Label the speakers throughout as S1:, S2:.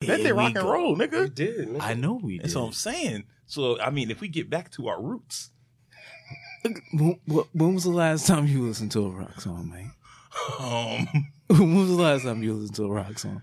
S1: That
S2: Here
S1: did rock
S2: we
S1: and
S2: go.
S1: roll,
S2: We
S1: nigga.
S2: did. nigga.
S3: I know we did.
S1: That's what I'm saying. So I mean, if we get back to our roots,
S3: When, wh- when was the last time you listened to a rock song, man?
S1: um,
S3: when was the last time you listened to a rock song?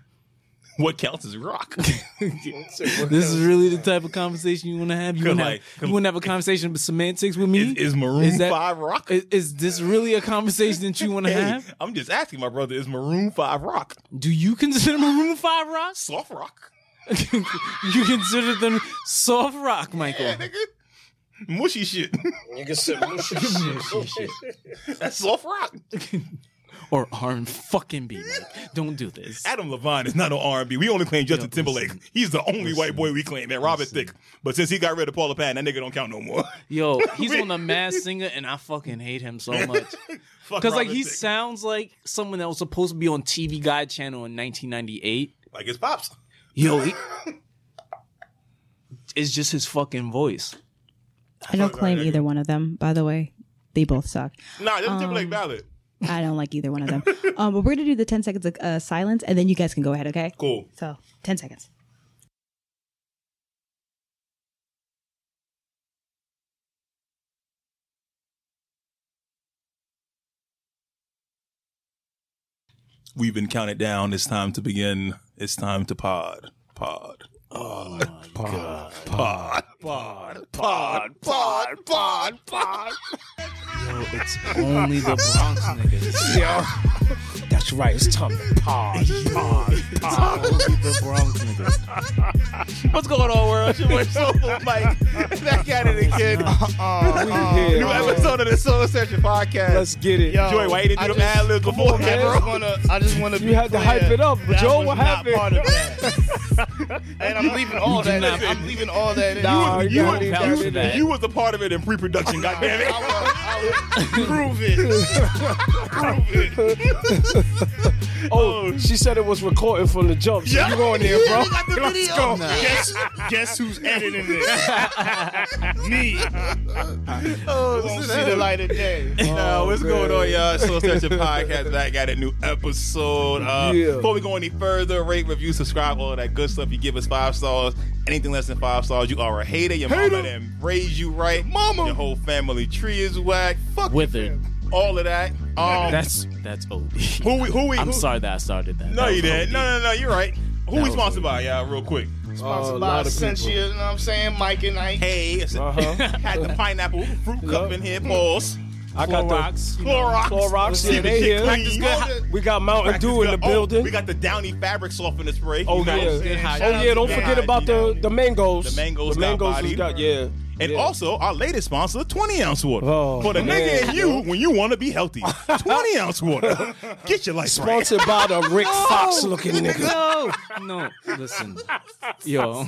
S1: what counts as rock?
S3: Hmm?
S2: So what
S3: This
S2: else?
S3: is really the type of conversation you want to have. You
S1: Cause
S3: want to
S1: like,
S3: have,
S1: come-
S3: you wanna have a conversation about semantics with me?
S1: is, is Maroon
S3: Is that-
S1: Five rock?
S3: Is, is this really a conversation that you want to
S1: Hey,
S3: have?
S1: I'm just asking, my brother. Is Maroon Five rock?
S3: Do you consider Maroon Five rock?
S1: Soft rock,
S3: you consider them soft rock, Michael?
S1: nigga. Mushy shit.
S2: Nigga said mushy shit.
S1: That's soft rock.
S3: or arm fucking be? Like, don't do this.
S1: Adam Levine is not on R&B. We only claim Justin
S3: Yo,
S1: Timberlake.
S3: listen.
S1: He's the only white
S3: Listen.
S1: boy we claim, and Robin
S3: Listen.
S1: Thicke. But since he got rid of Paula Patton, that nigga don't count no more.
S3: Yo, he's on the Masked Singer, and I fucking hate him so much.
S1: Fuck
S3: Because like
S1: Robin
S3: he
S1: Thicke.
S3: sounds like someone that was supposed to be on TV Guide channel in 1998.
S1: like his pops.
S3: Yo, he, it's just his fucking voice.
S4: I don't claim either one of them, by the way. They both suck.
S1: Nah, Justin
S3: Um,
S1: Timberlake ballad.
S4: I don't like either one of them. Um, but we're going to do the 10 seconds of uh, silence and then you guys can go ahead, okay?
S1: Cool.
S4: So, 10 seconds.
S1: We've been counted down. It's time to begin. It's time to pod. Pod. Oh pod, pod, pod, pod, pod, pod, pod.
S3: Yo, it's only the Bronx niggas.
S2: That's right. It's time to pod.
S3: Only the Bronx niggas.
S1: What's going on, world? Your boy Soulful Oh, Mike. Back at it again.
S5: Uh-uh.
S2: here.
S1: New episode of the Soul Searching podcast.
S6: Let's get it.
S5: Yo,
S1: Joy, why you didn't
S5: I
S1: do the
S5: just-
S1: ad libs before,
S5: I just
S1: bro?
S5: wanna, I just wanna.
S6: You
S5: be
S6: had to
S5: clear.
S6: hype it up.
S5: That
S6: Joe,
S5: was
S6: what
S5: not
S6: happened?
S5: Part of that. and I'm leaving all that.
S3: not-
S5: I'm leaving all that. in.
S6: Nah, you
S5: You-
S1: You,
S6: gotta
S1: was-
S6: leave
S1: you-
S6: that in there.
S1: you was a part of it in pre-production, goddamn it.
S5: I would- I would prove it.
S6: Oh, she said it was recorded from the jump. So
S1: Yeah.
S6: you on there, bro?
S5: Let's go. Guess, guess who's editing this? Me.
S1: Oh,
S5: Won't
S1: sit
S5: see
S1: down.
S5: the light of day.
S1: Now, what's going on, y'all? Soul Searching Podcast back at a new episode. Uh,
S6: Yeah.
S1: Before we go any further, rate, review, subscribe, all that good stuff. You give us five stars. Anything less than five stars, you are a hater. Your mama didn't raise you right. Mama. Your whole family tree is whack. Fuck
S3: Withered.
S1: all of that. Um,
S3: That's that's OD.
S1: who we? Who we?
S3: I'm
S1: who-
S3: sorry that I started that.
S1: No,
S3: That
S1: you
S3: was
S1: didn't. No,
S3: OD.
S1: no, no. You're right. Who we
S3: was
S1: sponsored by, y'all? Real quick.
S6: Oh, a
S5: Sponsored by
S6: lot of people.
S5: Essentia. You know what I'm saying? Mike and Ike.
S1: Hey, it's
S6: Uh-huh.
S1: had the pineapple fruit cup in here. Pause.
S6: I got the,
S3: Clorox.
S1: Clorox.
S6: Clorox, yeah,
S1: Keep the
S6: they
S1: shit
S6: here.
S1: clean.
S6: we got Mountain
S1: Practice
S6: Dew in the
S1: good. Oh,
S6: building.
S1: we got the Downy fabric softener spray.
S6: Oh,
S1: You know what
S6: yeah.
S1: I'm saying?
S3: Good high
S1: Shout
S6: Oh
S1: out
S6: yeah,
S1: to
S6: don't
S1: the
S6: forget
S1: guy,
S6: about
S1: you
S6: the,
S1: know?
S6: the mangoes.
S1: The mangoes
S6: The
S1: got
S6: mangoes
S1: bodied.
S6: is got yeah.
S1: And
S6: yeah.
S1: also our latest sponsor, 20 ounce water.
S6: Oh,
S1: For the nigga
S6: man.
S1: and you, when you want to be healthy, 20 ounce water. Get your life
S6: sponsored by the Rick Fox looking nigga.
S3: No, no. Listen, yo,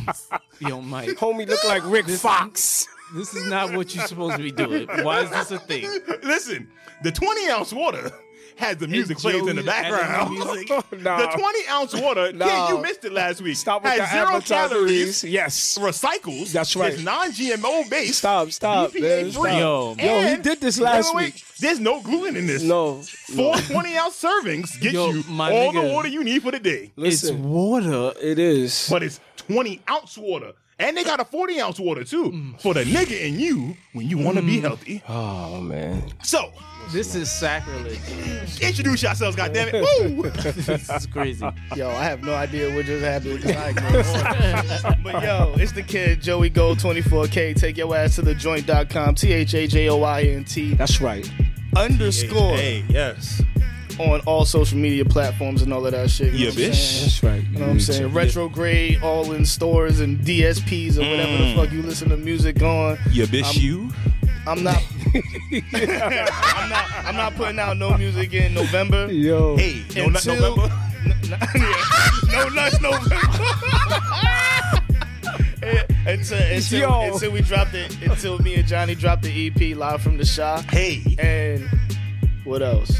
S3: yo, Mike.
S6: Homie look like Rick Fox.
S3: This is not what you're supposed to be doing. Why is this a thing?
S1: right. Listen, the 20 ounce water has the music
S3: Joe
S1: plays in the
S3: is adding
S1: background.
S3: the music.
S6: Nah.
S1: The 20 ounce water,
S6: Nah.
S1: kid, you missed it last week.
S6: Stop with
S1: has
S6: the
S1: zero
S6: advertisements.
S1: calories.
S6: Yes.
S1: Recycles.
S6: That's right.
S1: It's non-GMO based.
S6: Stop, stop, man. Stop.
S1: free.
S6: yo,
S3: Yo,
S6: he
S1: And-
S6: did this
S1: Wait, wait,
S6: last
S1: wait.
S6: week.
S1: There's no gluten in this.
S6: No.
S1: Four 20 ounce servings get
S3: Yo,
S1: you
S3: my
S1: all the
S3: nigga.
S1: water you need for the day.
S3: it's
S6: Listen,
S3: water.
S6: it is.
S1: But it's 20 ounce water. And they got a 40 ounce water too
S3: Mm.
S1: for the nigga and you when you want to be healthy.
S6: Oh man.
S1: So
S3: This is sacrilege.
S1: introduce yourselves, goddammit. Woo!
S3: This is crazy.
S5: Yo, I have no idea what just happened. with Ike, man. but yo, it's the kid Joey Gold 24K. Take your ass to the joint.com. T H A J O I N T
S6: That's right.
S5: underscore
S1: yes.
S5: on all social media platforms and all of that shit. You
S1: Yeah,
S5: know what I'm
S1: bitch. Mm.
S5: saying?
S6: That's right.
S5: You know what I'm saying? Retrograde, all in stores and DSPs or whatever the fuck you listen to music on.
S1: Mm. Yeah, bitch, you.
S5: I'm not. I'm not. I'm not putting out no music in November.
S6: Yo.
S1: Hey, no, not
S5: Until-
S1: November.
S5: N- n- yeah. no nuts November. Yeah, until, until,
S6: Yo.
S5: until we dropped it, until me and Johnny dropped the EP live from the shop.
S1: Hey,
S5: And what else?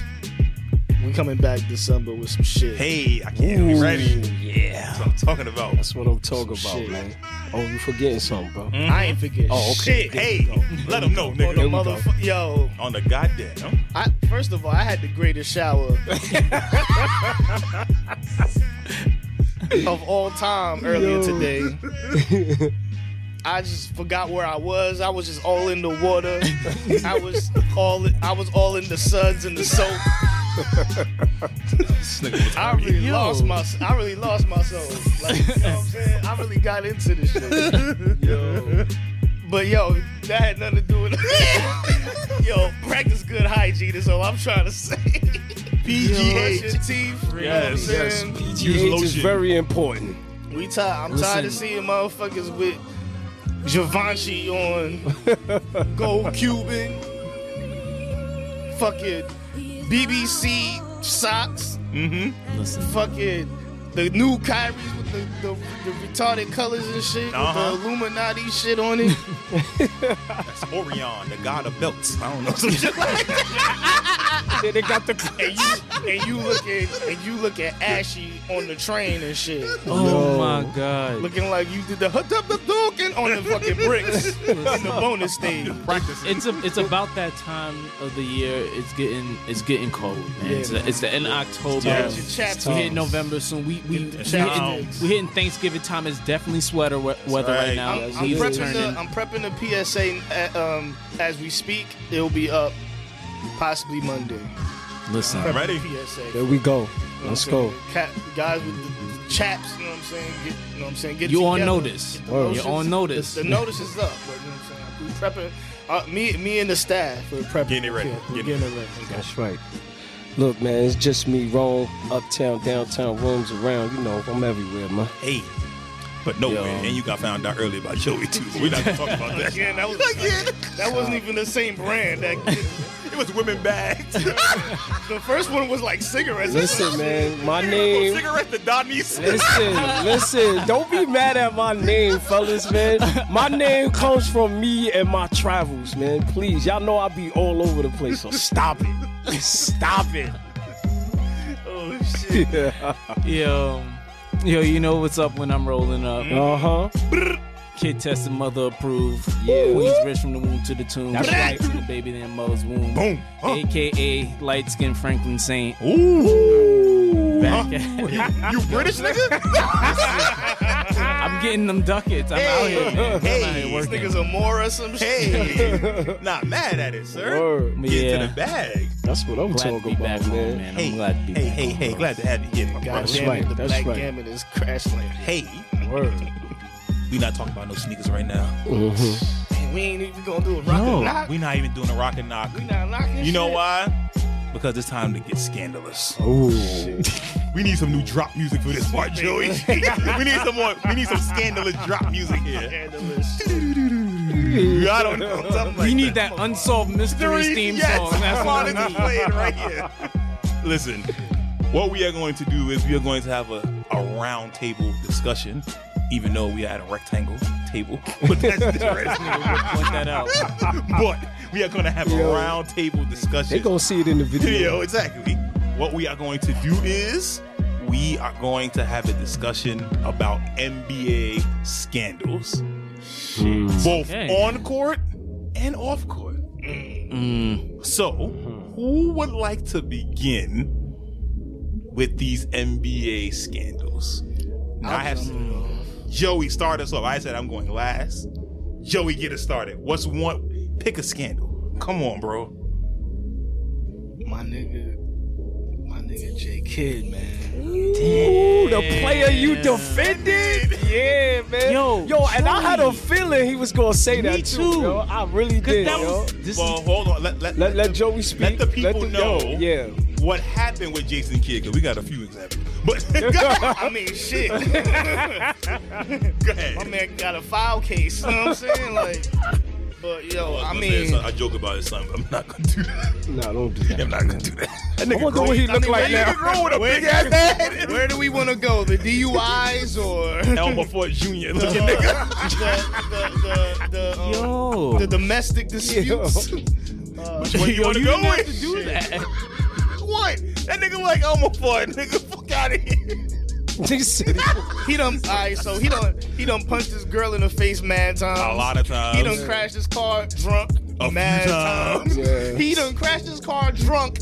S5: We coming back December with some shit.
S1: hey, I can't be ready. Yeah. That's what I'm talking about.
S6: That's what I'm talking about,
S5: Shit.
S6: man. Oh, you forgetting something, bro.
S5: I ain't forget.
S6: Oh, okay.
S1: Shit, hey, let them know,
S5: shit. On the
S1: nigga.
S5: motherfucker, yo.
S1: On the goddamn.
S5: I, first of all, I had the greatest shower. of all time earlier today. I just forgot where I was. I was just all in the water. I was all I was all in the suds and the soap.
S1: This nigga was
S5: I really lost my I really lost my soul. Like, you know what I'm saying? I really got into this shit. But yo, that had nothing to do with Yo, practice good hygiene is all I'm trying to say. PGH your teeth. you know what I'm
S1: Yes, yes.
S5: saying?
S1: Use
S6: Age is
S1: lotion.
S6: very important.
S5: We tired. I'm tired of seeing motherfuckers with Givenchy on, Gold Cuban, fucking BBC socks,
S3: Listen,
S5: fucking the new Kyries with the, the, the retarded colors and shit,
S1: Uh-huh.
S5: with the Illuminati shit on it.
S1: It's Orion, the god of belts. I don't know some shit like
S6: They- they got the
S5: and you and you look at and you look at Ashy on the train and shit,
S3: oh my god!
S5: looking like you did the hut up the doken on the fucking bricks in the bonus stage.
S1: practice.
S3: It's a, it's about that time of the year. It's getting it's getting cold, man. it's, the- it's the end of October.
S5: Yeah, it's your chaps.
S3: we hitting November soon. We we we
S5: the
S3: hitting,
S5: chaps.
S3: we hitting Thanksgiving time. It's definitely sweater we- weather right,
S1: right.
S3: now.
S5: I'm, I'm
S3: Leaves are
S5: prepping
S3: turning.
S5: the, I'm prepping the PSA uh, um, as we speak. It'll be up possibly Monday.
S3: Listen,
S1: Ready?
S5: PSA. You know
S6: There we go.
S5: what
S6: Let's
S5: I'm
S6: go.
S5: saying? Cat, guys with the, the chaps, you know what I'm saying? Get, you know what I'm saying? Get
S3: You on
S5: together.
S3: notice.
S5: Get the
S6: Word.
S5: notices-
S3: You're on notice.
S5: The, the notice is up. but You know what I'm saying? I'm prepping. Uh, me, me and the staff are prepping.
S1: Getting it ready.
S5: Yeah, we're
S1: Getting it
S5: getting it ready.
S6: That's right. Look, man, it's just me roam uptown, downtown, rooms around. You know, I'm everywhere, man.
S1: Hey. But no way. And you got found out earlier about Joey too. We're not gonna talk about that.
S5: Again, that was that wasn't even the same brand. That
S1: It was women bags.
S5: the first one was like cigarettes.
S6: Listen, man, my name.
S1: Cigarette the Donnie's.
S6: Listen, listen. Don't be mad at my name, fellas, man. My name comes from me and my travels, man. Please, y'all know I be all over the place, so stop it. Stop it.
S5: Oh shit!
S3: yo, yo, you know what's up when I'm rolling up.
S6: Uh huh.
S3: Kid tested, mother approved.
S6: Yeah.
S3: Queens rich from the womb to the tomb.
S6: That's right.
S3: Right to the baby then mother's womb.
S1: Boom. Huh.
S3: AKA light skinned Franklin Saint.
S1: Ooh.
S3: Back at-
S1: You British nigga?
S3: I'm getting them ducats. I'm out here, man. I'm out
S1: Hey,
S3: here
S5: These
S3: working.
S5: niggas a more or some shit.
S1: Hey. Not mad at it, sir.
S6: Word.
S3: But
S1: Get
S3: yeah,
S1: to the bag.
S6: That's what I'm
S3: glad to
S6: talking
S3: be
S6: about,
S3: back
S6: man.
S3: home, man.
S1: Hey,
S3: I'm glad to be
S1: hey,
S3: back
S1: hey,
S3: home,
S1: hey,
S3: bro.
S1: glad to have you here, my
S5: God
S1: brother.
S6: That's
S5: damn
S6: right,
S5: it, the
S6: that's
S5: black
S6: right.
S5: gammon is crash landing.
S1: Hey,
S6: Word.
S1: we not talking about no sneakers right now.
S6: Mhm.
S5: We ain't even gonna do a rock
S3: No,
S5: and knock.
S1: We not even doing a rock and knock.
S5: We not knocking
S1: You know
S5: shit.
S1: why? Because it's time to get scandalous.
S6: Ooh.
S1: We need some new drop music for this part, Joey. we need some more. We need some scandalous drop music here.
S5: Scandalous.
S1: I don't know. Something like
S3: We need that unsolved mysteries theme
S1: yes,
S3: song. That's
S1: come on,
S3: what
S1: it's
S3: I need.
S1: playing right here. Listen, what we are going to do is we are going to have a, a round table discussion, even though we are at a rectangle table. But that's different.
S3: Point that out.
S1: but we are going to have a round table discussion.
S6: They gonna see it in the video.
S1: Yo, exactly. What we are going to do is we are going to have a discussion about NBA scandals,
S6: Hmm.
S1: both
S3: Okay.
S1: on court and off court. So, who would like to begin with these NBA scandals? Now, I have Joey start us off. I said I'm going last. Joey, get us started. What's one? Pick a scandal. Come on, bro.
S5: My nigga, my nigga J Kid, man.
S6: Ooh, the player you defended. Yeah, man.
S3: Yo,
S6: yo, and I had a
S3: Joey.
S6: feeling he was gonna say that
S3: Me too.
S6: too. Yo, I really did.
S3: That
S6: yo.
S3: was, this
S1: Well, hold on. Let, let,
S6: Let, let
S1: the-
S6: Joey speak.
S1: Let the people
S6: the-
S1: know
S6: yo, yeah.
S1: what happened with Jason Kidd, because we got a few examples. But go
S5: I mean, shit. my
S1: ahead.
S5: man got a file case. You know what I'm saying? Like, but yo, I
S1: gonna say
S6: Hmm.
S5: mean,
S1: it's not- I joke about his son, but I'm not gonna do that.
S6: No, don't do that.
S1: I'm not gonna do that. That
S6: I
S1: nigga
S6: wonder what he look like
S1: that nigga
S6: now.
S1: grown with a big ass head.
S5: where do we want to go? The DUIs or the,
S1: Elmer Ford Jr.
S5: the,
S1: looking nigga.
S5: the, the, the, um,
S3: yo.
S5: the domestic disputes?
S1: Which one you
S3: yo,
S1: wanna
S3: you
S1: go
S3: didn't have
S1: with?
S3: to do that.
S1: What? That nigga like Elmer Ford. Nigga, fuck out of here.
S6: He said he-
S5: He done, all right, so he done, he done punched this girl in the face mad times.
S1: A lot of times.
S5: He done crashed his car drunk
S1: A few
S5: mad
S1: times.
S5: times.
S6: Yeah.
S1: Mm-hmm.
S5: He done crashed his car drunk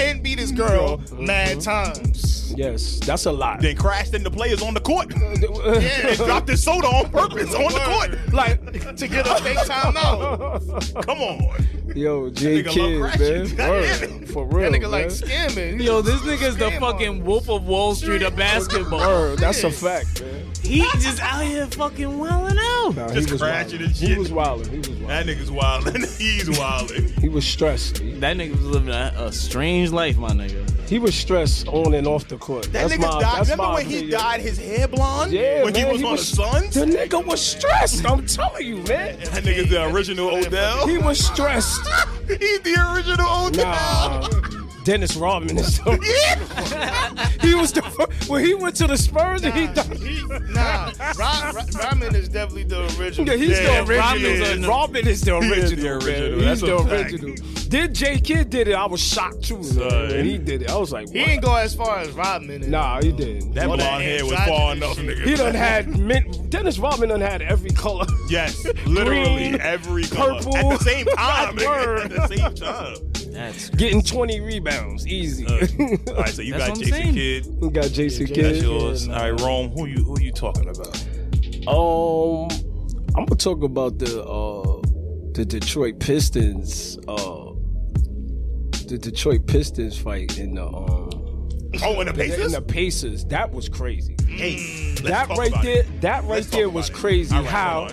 S5: and beat his girl mad times.
S6: Yes, that's a lot.
S1: then crashed into players on the court and
S5: Yeah,
S1: dropped his soda on purpose on the
S6: like,
S5: to get a fake timeout.
S1: court. Come on.
S6: yo, J
S1: nigga love
S6: Kid,
S1: ratchets.
S6: man,
S1: Goddamn
S6: Word.
S1: it.
S6: for real,
S5: That nigga like
S6: man.
S5: scamming.
S3: Yo, this nigga's the
S5: Scam
S3: fucking
S5: artist.
S3: Wolf of Wall Street of basketball.
S6: Word, that's a
S5: Yes.
S6: fact, man.
S3: He just out here fucking wilding out.
S6: Nah,
S1: Just
S6: he was
S1: crashing
S6: wildin'.
S1: and
S6: He
S1: shit.
S6: was wilding. He was wilding.
S1: That nigga's wildin'. He's wildin'.
S6: He was stressed. He-
S3: That nigga was living a, a strange life, my nigga.
S6: He was stressed on and off the court.
S1: That
S6: that's
S1: nigga
S6: my,
S1: died.
S6: That's
S1: Remember
S6: my
S1: when he
S6: opinion.
S1: dyed his hair blonde?
S6: Yeah,
S1: when
S6: man,
S1: he was on the Suns?
S6: The nigga was stressed. I'm telling you, man.
S1: That nigga's the original Odell.
S6: He was stressed.
S1: He's the original Odell.
S6: Nah. Dennis Rodman is the,
S1: Yeah.
S6: he was the when he went to the Spurs and he died.
S5: He, nah, Ra- Ra- Ramen is definitely the original.
S6: Yeah, he's
S1: Yeah,
S6: the
S1: Rodman
S6: original. Robin
S1: is.
S6: is, the
S1: He is the
S6: original. man.
S1: original.
S6: He's
S1: That's
S6: the
S1: a fact.
S6: original. Did J Kid did it? I was shocked too.
S1: Son.
S6: man. When he did it, I was like,
S5: He
S6: what?
S5: ain't go as far as Rodman. is.
S6: nah, he didn't.
S1: That
S5: Well,
S1: blonde
S5: that
S1: hair was
S5: androgynous
S1: far enough,
S5: shit.
S1: nigga.
S6: he done had mint, Dennis Rodman done had every color.
S1: Yes, literally
S6: Green,
S1: every color.
S6: purple.
S1: at the same time. nigga.
S6: Word.
S1: at the same time.
S3: That's
S6: Getting 20 rebounds, easy.
S1: All right, so you
S3: That's
S1: got
S3: what I'm
S1: Jason
S3: saying.
S1: Kidd.
S6: We got Jason
S1: That's
S6: Kidd.
S1: yours. All right, Rome. Who you who you talking about?
S3: Oh,
S6: Um, I'm gonna talk about the uh the Detroit Pistons uh the Detroit Pistons fight in the um
S1: Oh, and the
S6: in
S1: Pacers.
S6: the Pacers. That was crazy.
S1: Hey, let's
S6: that
S1: talk
S6: right
S1: about
S6: there,
S1: it.
S6: that right
S1: Let's talk
S6: there
S1: about
S6: was
S1: it.
S6: crazy.
S1: All right,
S6: how
S1: hold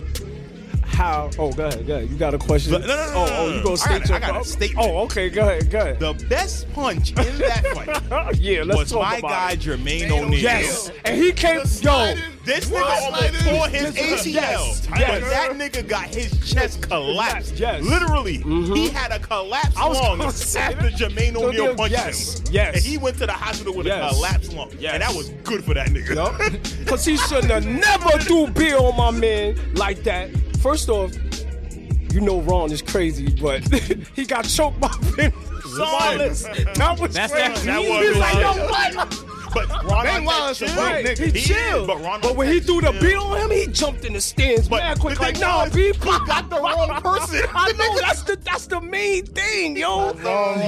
S1: on.
S6: how? Oh, go ahead, go ahead. You got a question?
S1: No, no, no, no,
S6: oh,
S1: no,
S6: oh,
S1: no,
S6: you
S1: no.
S6: gonna
S1: I
S6: state
S1: got a-
S6: your
S1: I got a statement.
S6: Oh, okay, go ahead, go ahead. Uh,
S1: The best punch in that fight
S6: yeah, let's
S1: was
S6: talk
S1: my
S6: about
S1: guy
S6: it.
S1: Jermaine
S5: Jermaine
S1: O'Neal.
S6: Yes, and he came. Yo,
S5: sliding-
S1: This
S5: What?
S1: nigga almost tore his
S6: Yes,
S1: ACL,
S6: yes.
S1: but that nigga got his chest collapsed.
S6: Yes, yes.
S1: Literally, he had a collapsed
S6: I was
S1: lung
S6: gonna say
S1: after
S6: that.
S1: Jermaine
S6: So
S1: O'Neal
S6: then-
S1: punched
S6: yes,
S1: him.
S6: yes.
S1: and he went to the hospital with
S6: Yes.
S1: a collapsed lung,
S6: Yes.
S1: and that was good for that nigga.
S6: Because he shouldn't have never threw beer on my man like that. First off, you know Ron is crazy, but he got choked by Ben Wallace. That was
S3: That's
S6: crazy.
S3: that-
S1: that
S6: He
S1: was
S6: was like, yo,
S1: wild.
S6: what?
S1: But Ron
S5: Ben
S1: Artest
S5: Wallace a
S1: chilled.
S5: Right,
S6: Right, he
S1: He is,
S6: chilled.
S1: but Ron
S6: when he
S1: Artest
S6: threw the
S1: chilled.
S6: beer on him, he jumped in the stands
S1: But
S6: mad
S1: the
S6: quick. Like,
S1: thing
S6: nah,
S1: was,
S6: B,
S1: he got the wrong person.
S6: I know that's the that's the main thing, yo.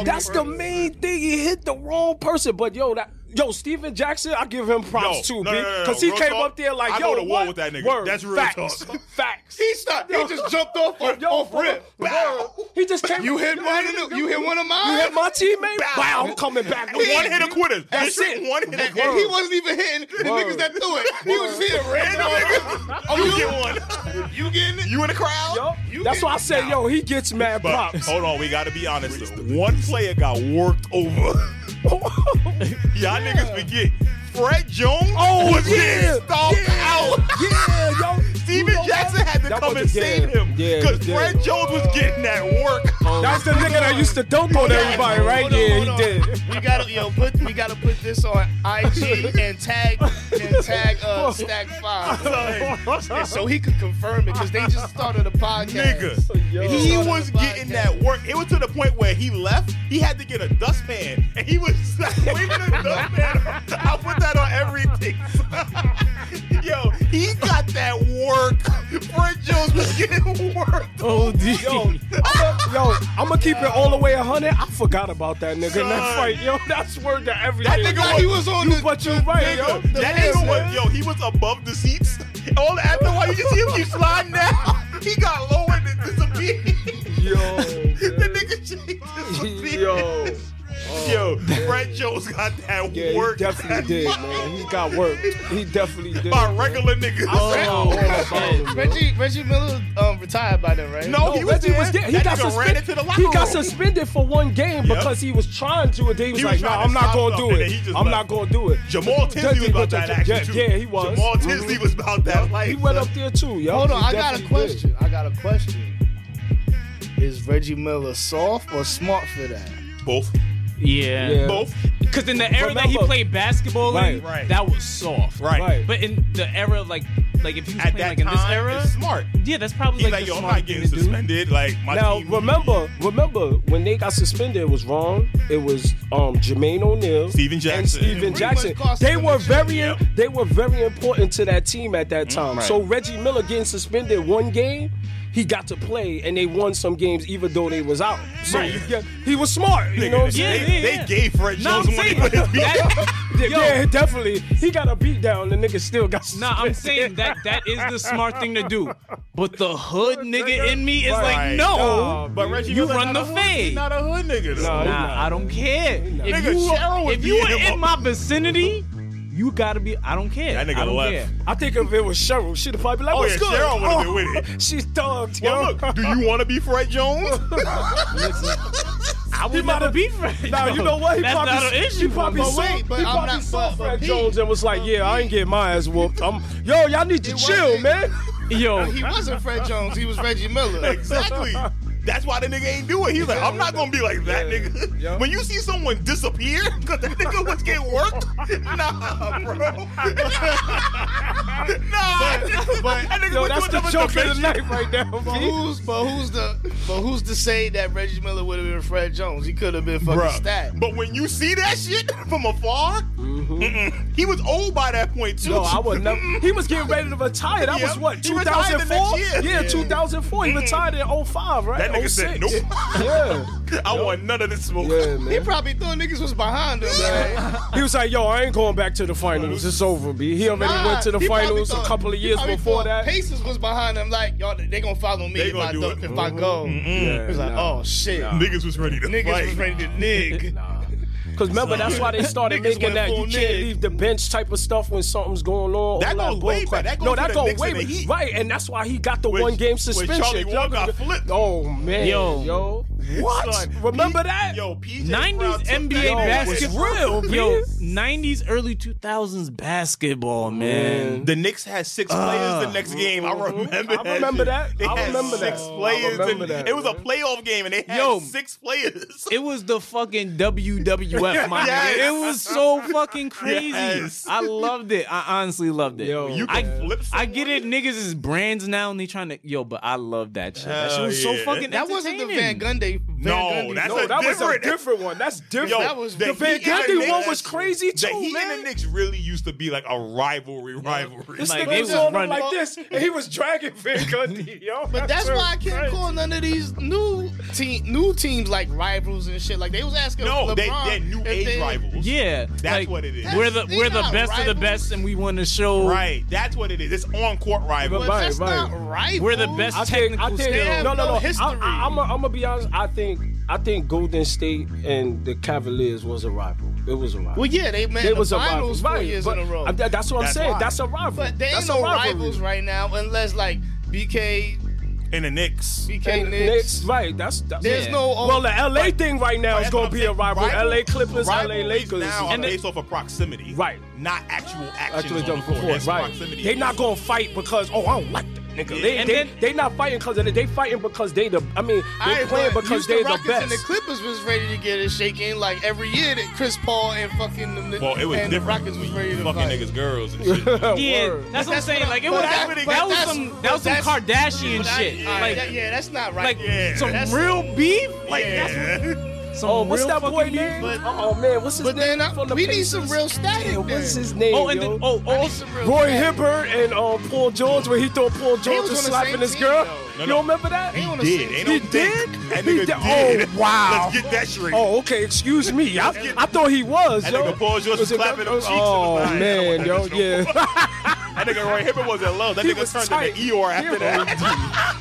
S6: That's the main thing. He hit the wrong person. But yo, that yo Steven Jackson, I give him props
S1: Yo,
S6: too,
S1: no,
S6: B,
S1: no, no, no,
S6: because
S1: real
S6: he came
S1: talk,
S6: up there like,
S1: I
S6: yo,
S1: go to war
S6: what?
S1: with that nigga.
S6: Word.
S1: That's real
S6: Facts.
S1: talk.
S6: Facts.
S5: He stopped. He just jumped off off,
S6: Yo,
S5: off
S6: for
S5: rip.
S6: real.
S5: Bow.
S6: He just came.
S5: You hit one. of the- You hit one of mine.
S6: You hit my teammate. Wow, I'm coming back.
S1: And one hit a quitter.
S6: That's
S1: District
S6: it.
S1: One hit a
S5: And he
S1: quitter.
S5: wasn't even hitting the
S6: Word.
S5: niggas that threw it. He was just hitting random niggas. Oh,
S1: You
S5: you,
S1: get one.
S5: you getting it?
S1: You in the crowd?
S6: Yo,
S5: You
S6: that's
S5: hit-
S6: why I said, yo, he gets mad
S1: But
S6: props.
S1: hold on, we gotta be honest though. One player got worked over. oh, Y'all niggas forget. Fred Jones
S6: Oh,
S1: was
S6: yeah.
S1: getting stomped out.
S6: yeah, yo.
S1: Steven
S6: You know
S1: Jackson
S6: what?
S1: had to
S6: That
S1: come
S6: was
S1: and
S6: a-
S1: save
S6: yeah,
S1: him.
S6: yeah,
S1: Because
S6: he did.
S1: Fred Jones was getting that work.
S6: That's the nigga that used to dunk
S1: Oh,
S6: on everybody, right? Yeah, he
S5: Hold on.
S6: did.
S5: We gotta yo put we gotta put this on IG and tag and tag uh, Stack Five And so he could confirm it because they just started a podcast.
S1: Nigga.
S6: Yo.
S1: He
S5: Yo.
S1: was getting that work. It was to the point where he left. He had to get a dustpan, and he was like, waving a dustpan. I put that on everything. Yo, he got that work. Fred Jones was getting work.
S3: OD.
S6: Yo, I'ma, yo, I'm gonna keep it all the way 100. I forgot about that nigga in
S1: Son.
S6: that fight. Yo, that's word to everything.
S1: That nigga was,
S5: He was on the
S6: but you right, yo.
S1: nigga, that nigga was, yo, he was above the seats. All after a while, you just see him keep sliding down. He got low and it disappeared.
S6: Yo,
S1: the nigga changed disappeared.
S6: yo.
S1: Yo, Fred Jones got that
S6: Yeah, he
S1: work.
S6: definitely did, man. He got worked. He definitely did.
S1: by regular niggas.
S6: Oh,
S3: shit.
S5: Reggie Reggie Miller um, retired by then, right?
S1: No, he was
S6: Reggie
S1: there.
S6: was getting- Oh, he
S1: That
S6: got
S1: nigga ran
S6: suspended.
S1: into the locker
S6: He got
S1: room.
S6: suspended for one game
S1: Yep.
S6: because he was trying to, and then he was
S1: He was
S6: like, "No,
S1: trying
S6: I'm
S1: to
S6: not
S1: stop
S6: gonna do
S1: something, and he
S6: it.
S1: just
S6: I'm
S1: left.
S6: not gonna do it."
S1: Jamal Tinsley was about that action
S6: yeah,
S1: too.
S6: Yeah, he was.
S1: Jamal Tinsley was about that life.
S6: He went up there too, yo.
S5: Hold on,
S6: He
S5: I got
S6: definitely
S5: a
S6: did.
S5: question. I got a question. Is Reggie Miller soft or smart for that?
S1: Both,
S3: Yeah.
S6: Yeah.
S1: both,
S3: Because in the era that he
S6: Remember-
S3: played basketball in,
S6: Right.
S1: Right.
S3: that was soft.
S1: right.
S6: Right.
S3: But in the era, like, like if you was
S1: At
S3: playing
S1: that
S3: like in this
S1: time,
S3: era,
S1: it's smart.
S3: yeah, that's probably
S1: He's
S3: like,
S1: like,
S3: the
S1: yo, I'm
S3: smart
S1: not getting
S3: thing to do.
S1: suspended. Like my
S6: Now
S1: team.
S6: remember, remember when they got suspended, it was wrong. It was um Jermaine O'Neal,
S1: Steven Jackson.
S6: and Steven
S1: Pretty
S6: Jackson.
S5: much cost
S6: They
S5: them
S6: were
S5: the
S6: very,
S1: Yep. Mm,
S6: they were very important to that team at that time.
S1: right.
S6: So Reggie Miller getting suspended one game, he got to play and they won some games even though they was out. So yeah, he was smart. You know what
S1: they,
S6: I'm saying?
S3: yeah,
S1: they
S3: yeah.
S1: gave Fred
S3: No,
S1: Jones
S3: I'm
S1: money
S3: saying-
S1: for his beat.
S6: Yeah, yeah, definitely. He got a beat down. The nigga still got.
S3: Nah, I'm saying that that is the smart thing to do. But the hood nigga in me is
S1: Right.
S3: like, no.
S6: Nah,
S5: But Reggie
S3: You
S5: Miller
S3: run
S5: not
S3: the
S5: a hood- he
S3: fade.
S5: Not a hood nigga though.
S6: Nah,
S3: Nah, I don't care. If
S1: Nigga,
S3: you,
S1: Cheryl would
S3: if
S1: be
S3: you were
S1: able-
S3: in my vicinity, you gotta be. I don't care.
S1: That nigga
S3: I don't
S1: left.
S3: Care.
S6: I think if it was Cheryl, she'd probably be like,
S1: Oh,
S6: "What's
S1: yeah,
S6: good?"
S1: Cheryl would've been with it.
S6: She's thugged.
S1: Yo,
S6: yo.
S1: look, do you want to be Fred Jones?
S3: I would
S6: might've-
S3: never be friends.
S6: Nah, you know what? He
S3: That's
S6: probably,
S3: not an issue.
S6: He probably
S5: But
S6: saw,
S5: wait, but
S6: he
S5: I'm
S6: probably
S5: not-
S6: saw
S5: but- but
S6: Fred
S5: Pete-
S6: Jones and was like, "Yeah, I ain't get my ass whooped. I'm, yo, y'all need to chill,
S5: wasn't-
S6: man."
S3: Yo,
S5: He wasn't Fred Jones. He was Reggie Miller.
S1: exactly. That's why the nigga ain't do it. He's like, I'm not gonna be like that nigga.
S6: Yeah.
S1: When you see someone disappear because the nigga was getting worked, nah, bro. nah,
S5: but-
S1: that nigga
S6: Yo,
S1: went
S6: that's
S1: to
S6: the
S1: another
S6: joke of the
S1: dimension.
S6: night right now.
S5: But
S6: Pete.
S5: who's but who's the but who's to say that Reggie Miller would have been Fred Jones? He could have been fucking
S1: Bruh.
S5: stat.
S1: But when you see that shit from afar, mm-mm, he was old by that point too.
S6: No, Mm-hmm. I was never. He was getting ready to retire. That
S1: Yeah,
S6: was what
S1: Oh, he retired the
S6: 2004.
S1: next year.
S6: Yeah,
S1: Yeah.
S6: 2004. He retired in 05, right?
S1: That nigga said,
S6: 06.
S1: "Nope."
S6: Yeah,
S1: I want none of this smoke.
S6: oh yeah,
S5: He
S6: man.
S5: probably thought niggas was behind him. man.
S6: He was like, "Yo, I ain't going back to the finals. It's over, B." He already
S5: Nah,
S6: went to the
S5: he probably
S6: finals
S5: thought-
S6: a couple of
S5: he
S6: years
S5: probably
S6: before
S5: thought
S6: that.
S5: Pacers was behind him. Like y'all, they gonna follow me
S1: They
S5: if,
S1: gonna
S5: I,
S1: do
S5: do-
S1: it. Mm-hmm.
S5: if I go. He was like, oh shit,
S1: Niggas was ready to
S5: niggas
S1: fight.
S5: was ready to nig.
S6: Because remember, that's why they started
S5: Niggas
S6: making
S5: went
S6: that you
S5: full
S6: can't
S5: nigga.
S6: leave the bench type of stuff when something's going on. all
S1: That goes way
S6: bullcrap.
S1: back. That goes
S6: no,
S1: to
S6: that
S1: the
S6: goes
S1: Knicks
S6: way
S1: and the
S6: back.
S1: Heat.
S6: Right, and that's why he got the
S1: When-
S6: one game
S1: when
S6: suspension.
S1: Charlie
S6: Y'all
S1: Ward got
S6: remember-
S1: flipped.
S6: Oh man,
S3: Yo.
S6: yo, what?
S1: Son,
S6: remember
S1: P-
S6: that?
S1: Yo, PJ Brown
S3: 90s
S1: took
S3: NBA
S1: that
S6: Yo,
S1: shit.
S6: it's
S3: basketball.
S6: real,
S3: Yo,
S6: man.
S3: 90s, early 2000s basketball, man.
S1: The Knicks had six
S6: Uh,
S1: players the next game. I remember.
S6: I remember that.
S1: They
S6: I
S1: had
S6: remember that.
S1: six
S6: I
S1: players.
S6: remember
S1: and
S6: that,
S1: it was a
S6: man.
S1: playoff game, and they had
S3: Yo.
S1: six players.
S3: It was the fucking WWF, my
S1: Yes.
S3: nigga. It was so fucking crazy.
S1: Yes.
S3: I loved it. I honestly loved it.
S6: Yo,
S1: you
S3: I,
S1: can flip.
S3: I
S1: someone.
S3: get it. Niggas is brands now, and they trying to yo. But I love that shit. That shit
S1: Hell
S3: was
S1: yeah.
S3: so fucking.
S5: That wasn't the Van
S3: entertaining.
S5: Gundy. Van
S1: No,
S5: Gundy
S1: that's
S6: no,
S1: a
S6: that was a
S1: different-
S6: different one. That's different.
S1: Yo,
S5: That was-
S1: the
S5: the
S6: Van
S1: Heat and
S6: Gundy
S1: Knicks-
S6: one was crazy
S1: The
S6: too,
S1: Heat
S6: man.
S1: and the Knicks really used to be like a rivalry, rivalry.
S6: This
S3: Like,
S6: nigga
S3: they
S6: was
S3: was
S6: on him
S3: running-
S6: like this, and he was dragging Van Gundy, yo.
S5: But that's why I can't
S6: Right.
S5: call none of these new team, new teams like rivals and shit. Like they was asking
S1: no,
S5: LeBron
S1: they, they're new
S5: if
S1: age
S5: they-
S1: rivals.
S3: Yeah,
S1: That's
S3: like,
S1: what it is.
S3: We're the
S5: They're
S3: we're the
S5: not
S3: best of the
S5: rivals.
S3: best, and we want to show.
S1: Right. That's what it is. It's on court rival.
S5: But
S6: Right,
S5: that's
S6: right.
S5: not rivals.
S3: We're the best
S6: I think,
S3: technical
S6: I think,
S3: skill.
S5: They have
S6: no, no,
S5: no
S6: no.
S5: history.
S6: I, am gonna be honest. I think, I think Golden State and the Cavaliers was a rival. It was a rival.
S5: Well, yeah, they made
S6: They
S5: the
S6: was a rival.
S5: finals four
S6: Right,
S5: years
S6: but
S5: in a row.
S6: I- that- that's what I'm
S1: That's
S6: saying.
S1: why.
S6: That's a rival.
S5: But they
S6: that's
S5: ain't
S6: a
S5: no
S6: rivalry.
S5: rivals right now unless like BK,
S1: And the Knicks.
S5: BK
S6: And the Knicks,
S5: Knicks.
S6: right? That's, that's
S5: There's
S3: Yeah.
S5: no uh,
S6: well, the LA thing right now is
S1: That's
S6: gonna
S1: what I'm
S6: be a
S1: saying.
S6: rival. LA Clippers, LA
S1: rivalries
S6: Lakers,
S1: now
S6: and
S1: are
S6: the-
S1: based off of proximity,
S6: Right.
S1: Not actual actions
S6: actually
S1: on
S6: done
S1: the court.
S6: before,
S1: That's
S6: right?
S1: proximity.
S6: They not gonna fight because oh I don't like that nigga. They,
S3: And
S6: they,
S3: then-
S6: they not fighting because of it. They fighting because they the. I mean, they
S5: ain't
S6: playing
S5: front.
S6: because
S5: Houston
S6: they the
S5: Rockets
S6: best.
S5: And the Clippers was ready to get it shaken like every year that Chris Paul and fucking them,
S1: Well, it was
S5: and the
S1: different.
S5: Rockets was
S1: when
S5: ready
S1: you
S5: to
S1: fucking
S5: fight.
S1: niggas, girls, and shit.
S3: Yeah,
S6: Word.
S3: that's what I'm saying. Like it was
S5: But
S3: that,
S5: that's-
S3: that was
S5: that's-
S3: some that was some
S5: that's-
S3: Kardashian
S5: But I-
S3: shit.
S5: all right,
S3: like
S5: that- yeah, that's not right.
S3: like
S1: yeah,
S3: some
S5: that's-
S3: real beef. Like
S1: yeah.
S3: that's some
S6: Oh, what's
S3: real
S6: that
S3: fucking
S6: boy
S3: beef.
S6: name?
S5: But-
S6: oh man, what's his
S5: But
S6: name?
S5: then I-
S6: from the
S5: we need some
S6: Pacers?
S5: real static
S6: Damn, what's
S5: then.
S6: his name?
S3: Oh, and then,
S6: yo?
S3: oh,
S5: I need
S3: also,
S5: some real
S6: Roy
S5: static.
S6: Hibbert and uh, Paul George, where he thought Paul George
S5: was
S6: was
S5: on the
S6: slapping
S5: same
S6: his
S5: team,
S6: girl.
S5: though.
S1: No,
S6: you
S1: no.
S6: remember that?
S5: They on the
S1: did.
S5: same
S1: Ain't
S5: team.
S1: no
S6: He
S1: think.
S6: did?
S1: That
S6: He
S1: nigga
S6: did?
S1: did.
S6: Oh, wow.
S1: Let's get that straight.
S6: Oh, okay. Excuse me. I, I thought he was.
S1: That
S6: yo.
S1: nigga Paul George was
S6: it-
S1: clapping them cheeks and
S6: Oh
S1: was like, "I don't
S6: man,
S1: want
S6: yo,
S1: that bitch no
S6: yeah.
S1: That nigga Roy Hibbert was in love. That
S6: He
S1: nigga
S6: was
S1: turned
S6: tight.
S1: into Eeyore
S6: He
S1: after that.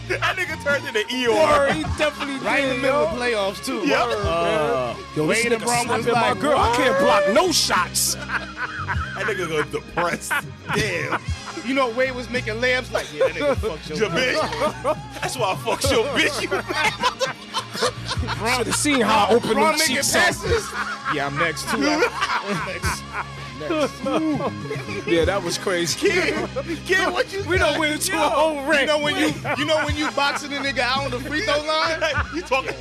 S1: that nigga turned into
S6: Word,
S1: Eeyore.
S6: he definitely
S5: Right in
S6: did,
S5: the middle
S6: yo.
S5: of playoffs too.
S1: Yep.
S6: Uh, yo, this
S5: Wade
S6: nigga
S5: and Bron was
S6: slapping my
S5: like,
S6: girl. I can't block no shots.
S1: That nigga goes depressed. Damn.
S5: You know, Wade was making layups like, yeah, that nigga fucked your
S1: Your bitch. That's why I fucked your bitch. You
S6: Should have seen how I opened
S5: Bron
S6: them
S5: making
S6: cheeks. up.
S5: passes. Yeah, I'm next too. I'm next.
S6: Yeah, that was crazy.
S1: kid, what you
S6: We don't went to a whole rant.
S5: You know when you you know when you boxing a nigga out on the free throw line?
S1: you talking?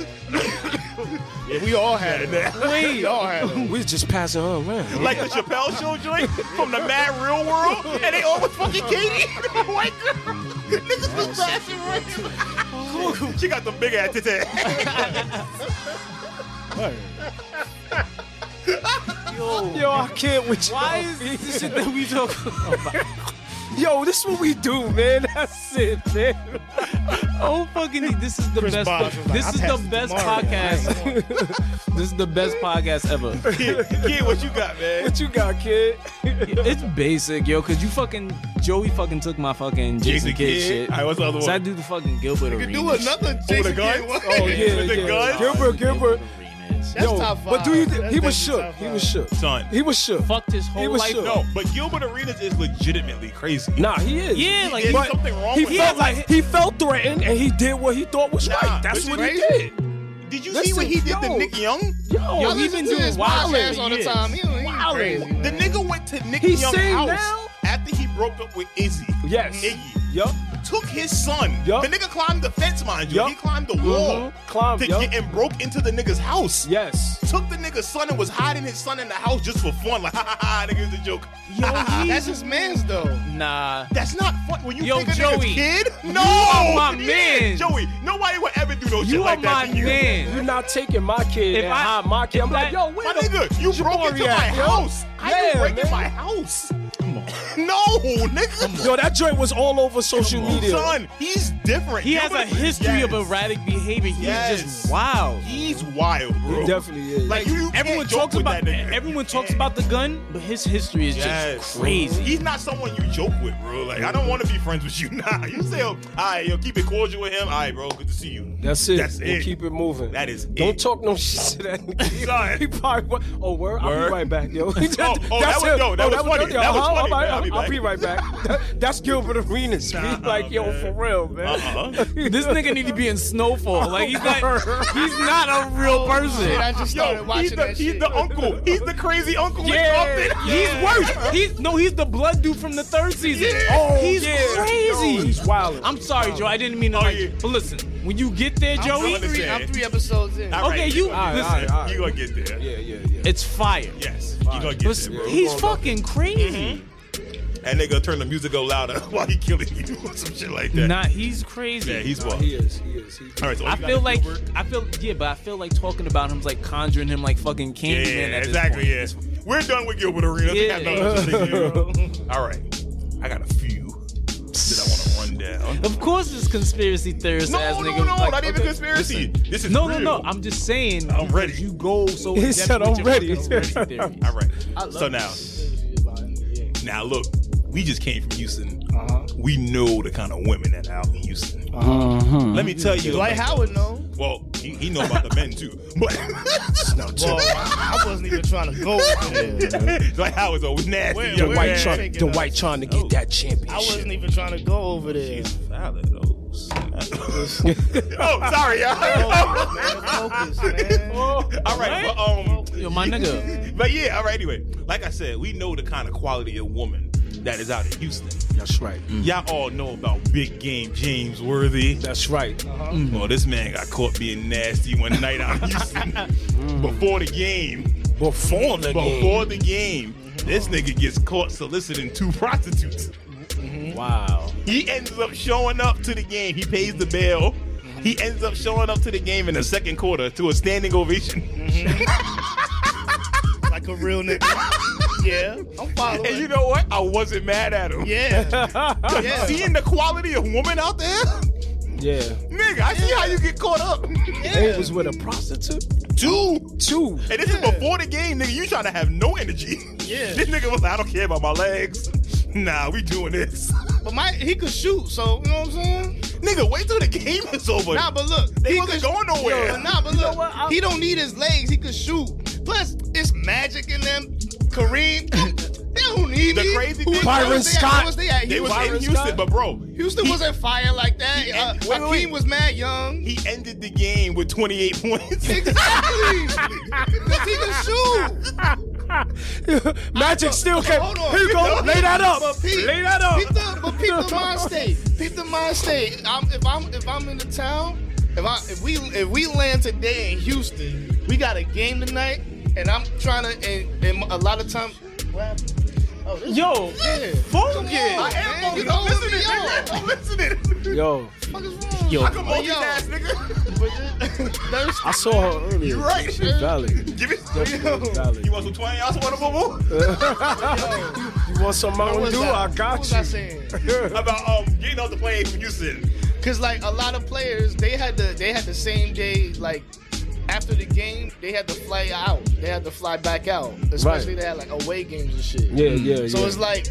S5: Yeah, we all had it. We all had it.
S6: We just passing her around.
S1: like the Chappelle Show joint from the Mad Real World, and they all was fucking Katie, the white girl. Niggas was bashing right. She got the big ass today.
S6: Yo, I can't with you. Oh,
S3: why is this the shit that we talk?
S6: Oh, Yo, this is what we do, man. That's it, man.
S3: Oh fucking! This is the
S5: Chris
S3: best.
S5: Bosh was like,
S3: this
S5: "I
S3: is
S5: passed
S3: the
S5: it
S3: best
S5: tomorrow."
S3: podcast. this is the best podcast ever.
S5: Kid, what you got, man?
S6: What you got, kid?
S3: It's basic, yo, cause you fucking Joey fucking took my fucking Jason,
S1: Jason
S3: Kidd,
S1: Kidd?
S3: shit.
S1: Alright, what's the other
S3: So
S1: one?
S3: I do the fucking Gilbert
S5: You
S3: Arenas.
S5: do another
S1: Oh,
S5: Jason
S1: the guns?
S5: Kidd one.
S1: Oh,
S6: yeah,
S1: With the
S6: yeah.
S1: guns?
S6: Gilbert, Gilbert.
S3: Arenas.
S5: That's
S6: Yo,
S5: top five.
S6: But do you? Th-
S5: That's
S6: he was shook.
S5: definitely uh. top
S6: He
S5: five.
S6: was shook.
S1: Son.
S6: He was shook.
S3: Fucked his
S6: He
S3: whole
S6: was
S3: life
S6: shook.
S3: up.
S1: No, but Gilbert Arenas is legitimately crazy.
S6: Nah, he is.
S3: Yeah, like
S5: There's
S6: But
S5: something wrong
S6: he
S5: with
S6: felt
S5: him.
S6: like he felt threatened, and he did what he thought was
S1: Nah,
S6: right. That's
S1: this
S6: what
S1: is
S6: he
S1: crazy.
S6: did.
S1: Did you see
S6: Listen,
S1: what he did
S6: yo.
S1: to Nick Young?
S6: Yo,
S5: Yo,
S6: he
S5: he been
S6: doing
S5: doing his
S6: wild
S5: podcast
S6: shit.
S5: all the time. He, he
S6: Wild.
S5: crazy.
S1: The
S5: man.
S1: nigga went to Nick
S6: He
S1: Young's
S6: sing
S1: house
S6: now?
S1: after he broke up with Izzy.
S6: Yes.
S1: Iggy.
S6: Yup.
S1: Took his son.
S6: Yup.
S1: The nigga climbed the fence, mind you.
S6: Yup.
S1: He climbed the wall
S6: Mhm. Climbed,
S1: to
S6: yup.
S1: get and broke into the nigga's house.
S6: Yes.
S1: Took the nigga's son and was hiding his son in the house just for fun. Like, ha ha ha, nigga, it's a joke.
S3: Yo, he-
S5: That's his man's though.
S3: Nah.
S1: That's not fun. When you
S3: Yo,
S1: think a
S3: Joey.
S1: nigga's kid, no,
S3: are my
S1: Yeah,
S3: man.
S1: Joey. Nobody would ever do no shit
S3: You are
S1: like that
S3: my
S1: to you.
S6: You're
S3: man.
S6: not taking my kid
S3: If
S6: and
S3: I-
S6: hide my kid. I'm
S3: if
S6: like,
S3: I-
S6: yo, where
S1: My
S6: the
S1: nigga, you broke
S6: Jabari
S1: into
S6: at,
S1: my
S6: yo?
S1: house. How
S6: Yeah,
S1: you break
S6: man.
S1: into my house? No, nigga.
S6: Yo, that joint was all over social media.
S1: Son, he's different.
S3: He
S1: You
S3: has a
S1: would've-
S3: history of
S1: Yes.
S3: erratic behavior. He's
S1: Yes.
S3: just wild.
S1: He's wild, bro.
S6: He definitely is.
S1: Like you, you
S3: Everyone
S1: can't joke
S3: talks
S1: with
S3: about
S1: that nigga.
S3: everyone
S1: You
S3: talks
S1: can't.
S3: about the gun, but his history is
S1: Yes.
S3: just crazy.
S1: He's not someone you joke with, bro. Like I don't want to be friends with you now. You say, "All right, yo, keep it cordial with him." All right, bro, good to see you.
S6: that's it.
S1: That's
S6: We'll
S1: it.
S6: Keep it moving.
S1: That is
S6: Don't
S1: it.
S6: talk no shit to that nigga.
S1: Son.
S6: He probably wa- oh, word? I'll be
S1: Word. Oh,
S6: right back, yo.
S1: that was-
S6: him.
S1: yo, that was funny.
S6: yo,
S1: That was
S6: uh-huh,
S1: funny,
S6: all right,
S1: man. I'll be
S6: I'll be right back. That's Gilbert Arenas. be
S1: Nah,
S6: like, yo,
S1: man.
S6: for real, man.
S1: Uh-uh.
S3: This nigga need to be in
S1: Oh,
S3: snowfall. Like he's not he's not a real
S5: Shit, I
S3: person.
S5: just started
S1: Yo,
S5: watching
S1: he's the,
S5: that
S1: he's
S5: shit.
S1: the uncle. He's the crazy uncle.
S6: Yeah,
S1: in Compton.
S3: He's worse. He's no, he's the blood dude from the third season.
S6: Oh,
S3: he's
S6: yeah. Yo,
S3: crazy.
S6: he's wild.
S3: I'm sorry, Joe. I didn't mean to.
S1: Oh,
S3: hurt
S1: yeah.
S3: you. But listen, when you get there,
S5: I'm
S3: Joey,
S1: Understand.
S5: three, I'm three episodes in. Oh,
S1: All
S3: Okay, you-
S1: gonna
S6: All right,
S1: get
S6: all right,
S1: there. you gonna get there.
S6: yeah, yeah, yeah.
S3: it's fire.
S1: Yes, you gonna get
S3: But
S1: there, bro.
S3: he's fucking crazy.
S1: And they gonna turn the music up louder while he killing you or some shit like that.
S3: Nah, he's crazy.
S1: Mm-hmm. yeah, he's wild.
S6: He is. He is. He is.
S1: All right, so
S3: I
S1: you got
S3: feel
S1: the
S3: like
S1: Gilbert.
S3: I feel yeah, but I feel like talking about him's like conjuring him like fucking
S1: Yeah,
S3: Candyman. at this
S1: exactly.
S3: point.
S1: Yeah, we're done with Gilbert Arena. I think I know what you're thinking. All right, I got a few that I want to run down.
S3: Of course, this conspiracy theorist
S1: No,
S3: ass
S1: no,
S3: nigga.
S1: no,
S3: was like,
S1: not even
S3: okay,
S1: conspiracy.
S3: listen.
S1: This is
S3: no,
S1: real.
S3: no, no. I'm just saying.
S1: I'm
S3: because
S1: ready.
S3: You go so.
S6: He
S3: in-depth
S6: said,
S3: with
S6: "I'm
S3: your
S6: ready."
S3: conspiracy theories.
S1: All right. So now, now look, we just came from Houston. We know the kind of women that are out in Houston.
S3: Uh-huh.
S1: Let me tell you,
S5: Dwight Howard, no.
S1: Well, he, he know about the men too, but
S5: Well, I wasn't even trying to go over there.
S1: Dwight Howard's always nasty.
S5: Where-
S1: yo,
S5: where-
S1: man.
S6: Dwight, trying,
S5: Taking us.
S6: Dwight trying to
S1: Oh.
S6: get that
S5: I
S6: championship.
S5: wasn't even trying to go over there.
S1: He's foul at those. oh, sorry, y'all.
S5: Focus, man.
S1: all right, but um,
S3: Yo, "Oh, my nigga.
S1: but yeah, all right. Anyway, like I said, we know the kind of quality of woman that is out in Houston.
S6: That's right.
S1: Y'all all know about big game James Worthy.
S6: That's right.
S1: Well, this man got caught being nasty one night out in Houston before the game.
S6: Before the game.
S1: Before the game, this nigga gets caught soliciting two prostitutes.
S3: Wow.
S1: He ends up showing up to the game. He pays the bill.
S6: Mm-hmm.
S1: He ends up showing up to the game in the second quarter to a standing ovation.
S5: Like a real nigga. Yeah, I'm following.
S1: And you know what? I wasn't mad at him.
S5: yeah, yeah.
S1: Seeing the quality of woman out there,
S6: Yeah.
S1: nigga, I see how you get caught up.
S6: And It was with a prostitute.
S1: Dude.
S6: Two.
S1: And this is before the game, nigga. You trying to have no energy.
S5: Yeah.
S1: This nigga was like, I don't care about my legs. Nah, we doing this.
S5: But my he could shoot, so you know what I'm saying.
S1: nigga, wait till the game is over.
S5: Nah, but look,
S1: They
S5: he
S1: wasn't
S5: could-
S1: going nowhere.
S5: Yo, nah, but look, he don't need his legs. He could shoot. Plus, it's magic in them. Kareem, they don't need
S1: The
S5: me.
S1: crazy
S5: Who-
S1: thing-
S5: who
S6: Byron
S5: was they at?
S6: Scott.
S5: Who was they at?
S1: they was
S5: Houston?
S1: in Houston, but bro,
S5: Houston
S1: he-
S5: wasn't fire like that. Uh,
S1: and- wait, wait,
S5: Hakeem
S1: wait.
S5: was mad young.
S1: He ended the game with 28 points.
S5: Exactly, because he could shoot.
S6: Magic still came.
S5: Hold on.
S6: Here you go. Lay that up.
S5: But peep,
S6: Lay that up.
S5: Peep the, but peep the mind state. Peep the mind state. I'm, if I'm if I'm in the town, if I if we if we land today in Houston, we got a game tonight, and I'm trying to and, and a lot of times. Oh, this-
S3: Yo,
S5: yeah.
S3: phone
S5: Yeah,
S1: I am
S5: man, you
S1: focused.
S5: know
S1: I'm
S5: what
S1: listening, nigga. I'm listening.
S6: Yo,
S5: What the fuck is wrong?
S3: Yo.
S1: I can multitask,
S5: Yo.
S1: ass nigga.
S5: But just- There's
S6: I saw her earlier.
S1: You right.
S6: She's valid.
S1: Give it.
S6: Valid.
S1: You want some 20 ounce water bubble?
S6: You You want some Mountain Dew? I
S5: what
S6: got
S5: was
S6: you.
S5: I saying?
S1: About um getting off the plane when you said
S5: Cause like a lot of players, they had the they had the same day like after the game, they had to fly out. They had to fly back out, especially they had like away games and shit.
S6: Yeah, yeah,
S5: So
S6: yeah.
S5: it's like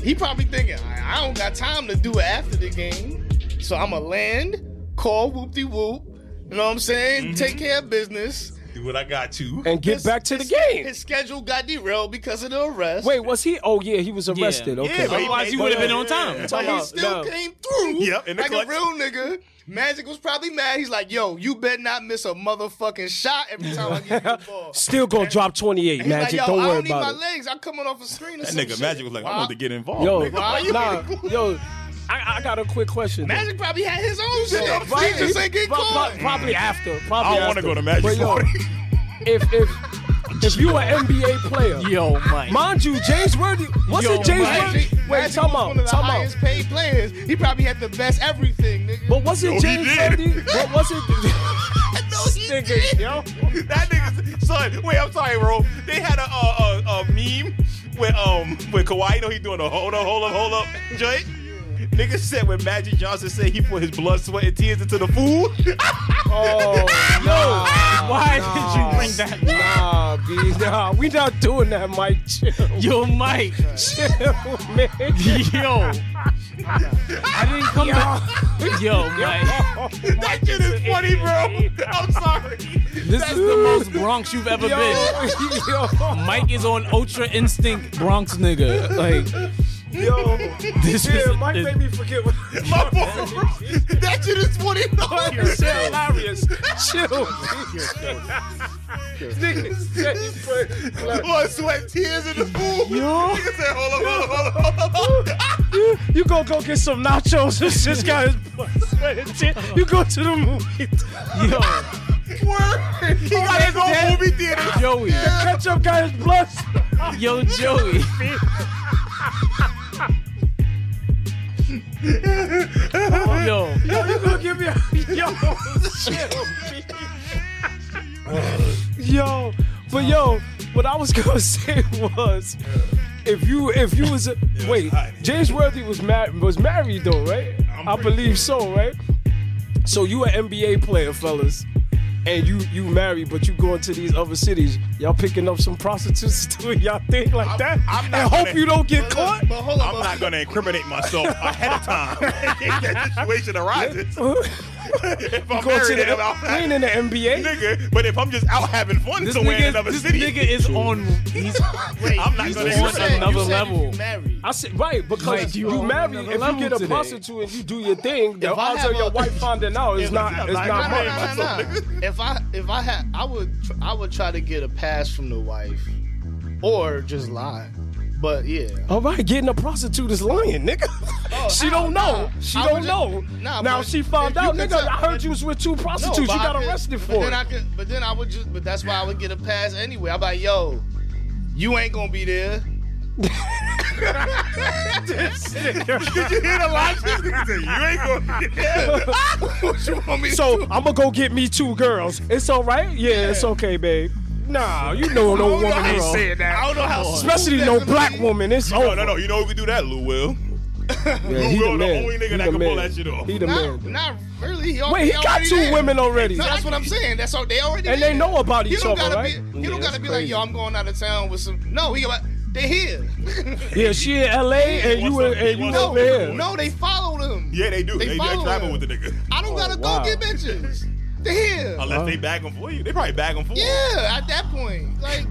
S5: he probably thinking I, I don't got time to do it after the game, so I'ma land, call whoop de whoop. You know what I'm saying? Take care of business.
S1: do what I got to.
S6: and Mm-hmm. get
S5: His-
S6: back to the
S5: his-
S6: game.
S5: His schedule got derailed because of the arrest.
S6: Wait, was he? Oh yeah, he was arrested.
S3: Yeah,
S6: Okay.
S5: but he
S3: Otherwise, you
S5: made-
S3: would have been
S5: but,
S3: on time.
S5: yeah.
S6: Time
S5: But he
S6: out.
S5: still
S6: No.
S5: came through
S1: Yep, in the
S5: like
S1: clutch.
S5: a real nigga. Magic was probably mad. He's like, yo, you better not miss a motherfucking shot every time I give you the ball.
S6: Still gonna drop 28,
S5: He's
S6: Magic.
S5: like, yo,
S6: don't
S5: I
S6: worry
S5: don't need my
S6: about it.
S5: legs. I'm coming off a screen or
S1: That
S5: some
S1: nigga
S5: shit.
S1: Magic was like, I
S5: Wow.
S1: want to get involved.
S6: Yo,
S5: Why you
S6: nah,
S5: being cool?
S6: yo, I, I got a quick question. though.
S5: Magic probably had his own shit.
S6: Yeah,
S5: up. He just ain't get
S6: pro- pro-
S5: caught.
S6: Probably after.
S1: I
S6: Probably
S1: don't want to
S6: after.
S1: go to Magic.
S6: But yo,
S1: Party.
S6: if if if you an NBA player,
S3: Yo, Mike.
S6: mind you, James Worthy. What's
S3: Yo,
S6: it, James
S5: Magic,
S6: Worthy? Wait,
S5: Magic
S6: time
S5: was
S6: out,
S5: One of the
S6: time out.
S5: highest paid players. He probably had the best everything, nigga.
S6: But was it
S1: he
S6: James
S1: did.
S6: Worthy? What was it?
S1: no,
S6: Nigga, yo.
S1: That nigga, son. Wait, I'm sorry, bro. They had a a, a, a meme with um with Kawhi. You know he doing a hold up, hold up, hold up, joint. Nigga said when Magic Johnson said he put his blood, sweat, and tears into the food.
S6: Oh no!
S3: Why did you bring that?
S6: Nah, B, nah, we not doing that, Mike. Chill,
S3: Yo, Mike.
S6: chill, man.
S3: Yo. I didn't come back. Yo, Mike.
S1: that shit is funny, bro. I'm sorry.
S3: This is the most Bronx you've ever been.
S6: yo,
S3: Mike is on Ultra Instinct Bronx nigga. Like,
S6: yo,
S3: this is.
S6: yeah, Mike made me forget. What,
S1: My fault, bro. That shit is funny.
S6: It's hilarious. Chill. Nigga said he put-
S1: Blood, sweat, tears in the food. Nigga said, hold up, hold up, hold up, hold up.
S6: You, you go go get some nachos. This just got his blood, sweat, and tears. You go to the movie.
S3: Yo,
S1: Word. He got his own
S6: Dead.
S1: movie theater.
S3: Joey.
S6: Ketchup got his blood.
S3: Yo, Joey. Yo,
S6: Yo, you gonna give me a yo, chill, B. yo, but yo, what I was gonna say was, if you if you was a, wait,
S1: hot in here.
S6: James Worthy was married was married though, right?
S1: I'm
S6: I
S1: pretty
S6: believe so, right? So you an NBA player, fellas, and you you married, but you going to these other cities. Y'all picking up some prostitutes doing y'all thing like that,
S1: I'm not
S6: and hope
S1: gonna-
S6: you don't get
S5: But
S6: caught.
S5: look, but hold on,
S1: I'm
S5: but-
S1: not gonna incriminate myself ahead of time if that situation arises. if I'm
S6: Go to
S1: married,
S6: the,
S1: and I'm
S6: we ain't in the NBA.
S1: nigga. But if I'm just out having fun
S3: this
S1: somewhere in
S3: nigga,
S1: another
S3: this
S1: city,
S3: nigga is on. He's,
S5: Wait,
S1: I'm not
S5: you
S1: gonna
S5: said- you
S1: on
S5: said- you
S3: another
S5: said if
S3: level.
S5: you married.
S6: I said right because
S3: Like,
S6: you,
S3: you on
S6: marry if
S3: another
S6: you
S3: level
S6: get a
S3: today.
S6: prostitute and you do your thing, the
S5: If I
S6: odds
S5: have
S6: of your
S5: a-
S6: wife finding out is
S1: If
S6: not
S1: I have
S6: it's
S1: a-
S6: not
S1: I
S6: much.
S1: have a-
S5: Nah, nah, nah, nah. If I if I had, I would I would try to get a pass from the wife, or just lie. But yeah,
S6: All right, getting a prostitute is lying, nigga. she
S5: how?
S6: don't know.
S5: Nah,
S6: She
S5: I
S6: don't
S5: would
S6: know.
S5: just- nah,
S6: now
S5: but
S6: she found
S5: if you
S6: out,
S5: could
S6: nigga.
S5: tell-
S6: I heard you was with two prostitutes.
S5: but
S6: you
S5: I
S6: got
S5: could-
S6: arrested
S5: but
S6: for
S5: then I
S6: it.
S5: could, but then I would just, but that's why I would get a pass anyway. I'm like, yo, you ain't gonna be there.
S1: did you hear the logic? Nigga said, you ain't gonna.
S5: what you want me to
S6: So
S5: do?
S6: I'm gonna go get me two girls. It's all right. Yeah, it's okay, babe. Nah, you know no
S5: know
S6: woman ain't
S5: how-
S6: saying
S5: I
S6: that.
S5: don't know how.
S6: Especially
S5: smooth
S6: no
S5: that
S6: black
S5: could be.
S6: woman. It's
S1: Oh, No,
S6: over.
S1: no, no. You know who could do that, Lou Will.
S6: Yeah,
S1: Lou
S6: he
S1: Will, the
S6: the man.
S1: only nigga
S6: He
S1: that
S6: the
S1: can pull
S6: man.
S1: that shit off.
S6: He the
S5: Not,
S6: man.
S5: not really. He
S6: Wait,
S5: already,
S6: he got
S5: already
S6: two
S5: there.
S6: women already.
S5: No, that's what I'm saying. That's all. They already
S6: And they
S5: there.
S6: know about
S5: He
S6: each
S5: don't
S6: other,
S5: gotta
S6: right?
S5: Be, he
S6: Yeah,
S5: don't
S6: that's
S5: gotta be like, yo, I'm going out of town with some. No, he like, they here.
S6: Yeah, she in LA
S1: wants
S6: and you in,
S1: some-
S6: and
S1: he
S6: you
S1: wants some
S6: over
S1: big
S6: here.
S1: boy.
S5: No, they followed him.
S1: Yeah, they do. They,
S5: They
S1: they,
S5: follow
S1: travel with
S5: him.
S1: the nigga.
S5: I don't gotta
S6: wow.
S5: go get bitches. They here.
S1: Unless they bag him for you, they probably bag him for you.
S5: Yeah, at that point, like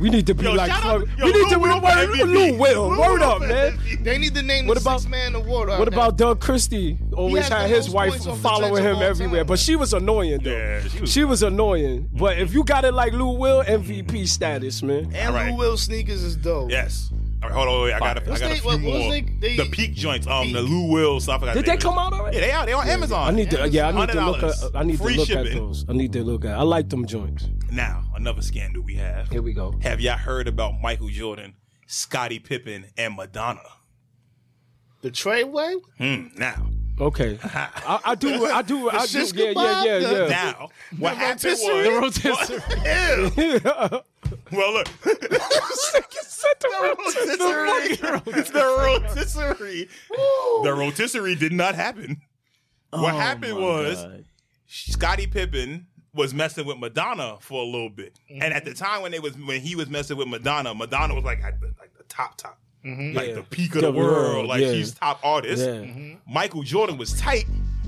S6: We need to be
S1: Yo,
S6: like
S1: shout
S6: Floyd.
S1: out- yo,
S6: we need to
S1: Lou
S6: be
S1: Will
S6: word,
S1: MVP.
S6: Lou Will. Word up, man.
S5: they need to name
S6: What
S5: the
S6: about-
S5: six man award.
S6: What about Doug Christie? Always
S5: has the
S6: had his
S5: most
S6: wife
S5: points off the
S6: following
S5: Jets of
S6: him
S5: all
S6: everywhere,
S5: time.
S6: but she was annoying though.
S1: Yeah, she was-
S6: annoying. But if you got it like Lou Will, MVP status, man.
S5: And
S1: All right.
S5: Lou Will sneakers is dope.
S1: Yes. All right, hold on, wait, I got a, I
S5: What's
S1: got a
S5: they-
S1: few
S5: what- what's
S1: more.
S5: they- they-
S1: the peak joints, um, the Lou Will stuff. I forgot
S6: Did
S1: the
S6: they
S1: name.
S6: come out
S1: Yeah,
S6: already?
S1: they out. They on Amazon.
S6: I need to, yeah, I need to look
S1: $100.
S6: at, I need to
S1: Free
S6: look at
S1: shipping.
S6: those. I need to look at. I like them joints.
S1: Now, another scandal we have.
S6: Here we go.
S1: Have y'all heard about Michael Jordan, Scottie Pippen, and Madonna?
S5: The Trey way.
S1: Hmm, now,
S6: Okay, I, I do, I do, I do.
S5: shish
S6: Yeah, yeah,
S5: kebab,
S6: yeah,
S5: the-
S6: yeah.
S1: now, what happened
S5: rotisserie.
S1: was
S3: the rotisserie.
S1: Ew. Well, look. the rotisserie. The rotisserie did not happen.
S6: Oh,
S1: What happened was Scottie Pippen was messing with Madonna for a little bit, and at the
S5: Mm-hmm.
S1: time when they was when he was messing with Madonna, Madonna was like at the, like the top top,
S5: Mm-hmm.
S1: like the peak of the,
S6: The
S1: world,
S6: world,
S1: like
S6: yeah.
S1: she's top artist.
S6: Yeah.
S5: Mm-hmm.
S1: Michael Jordan was tight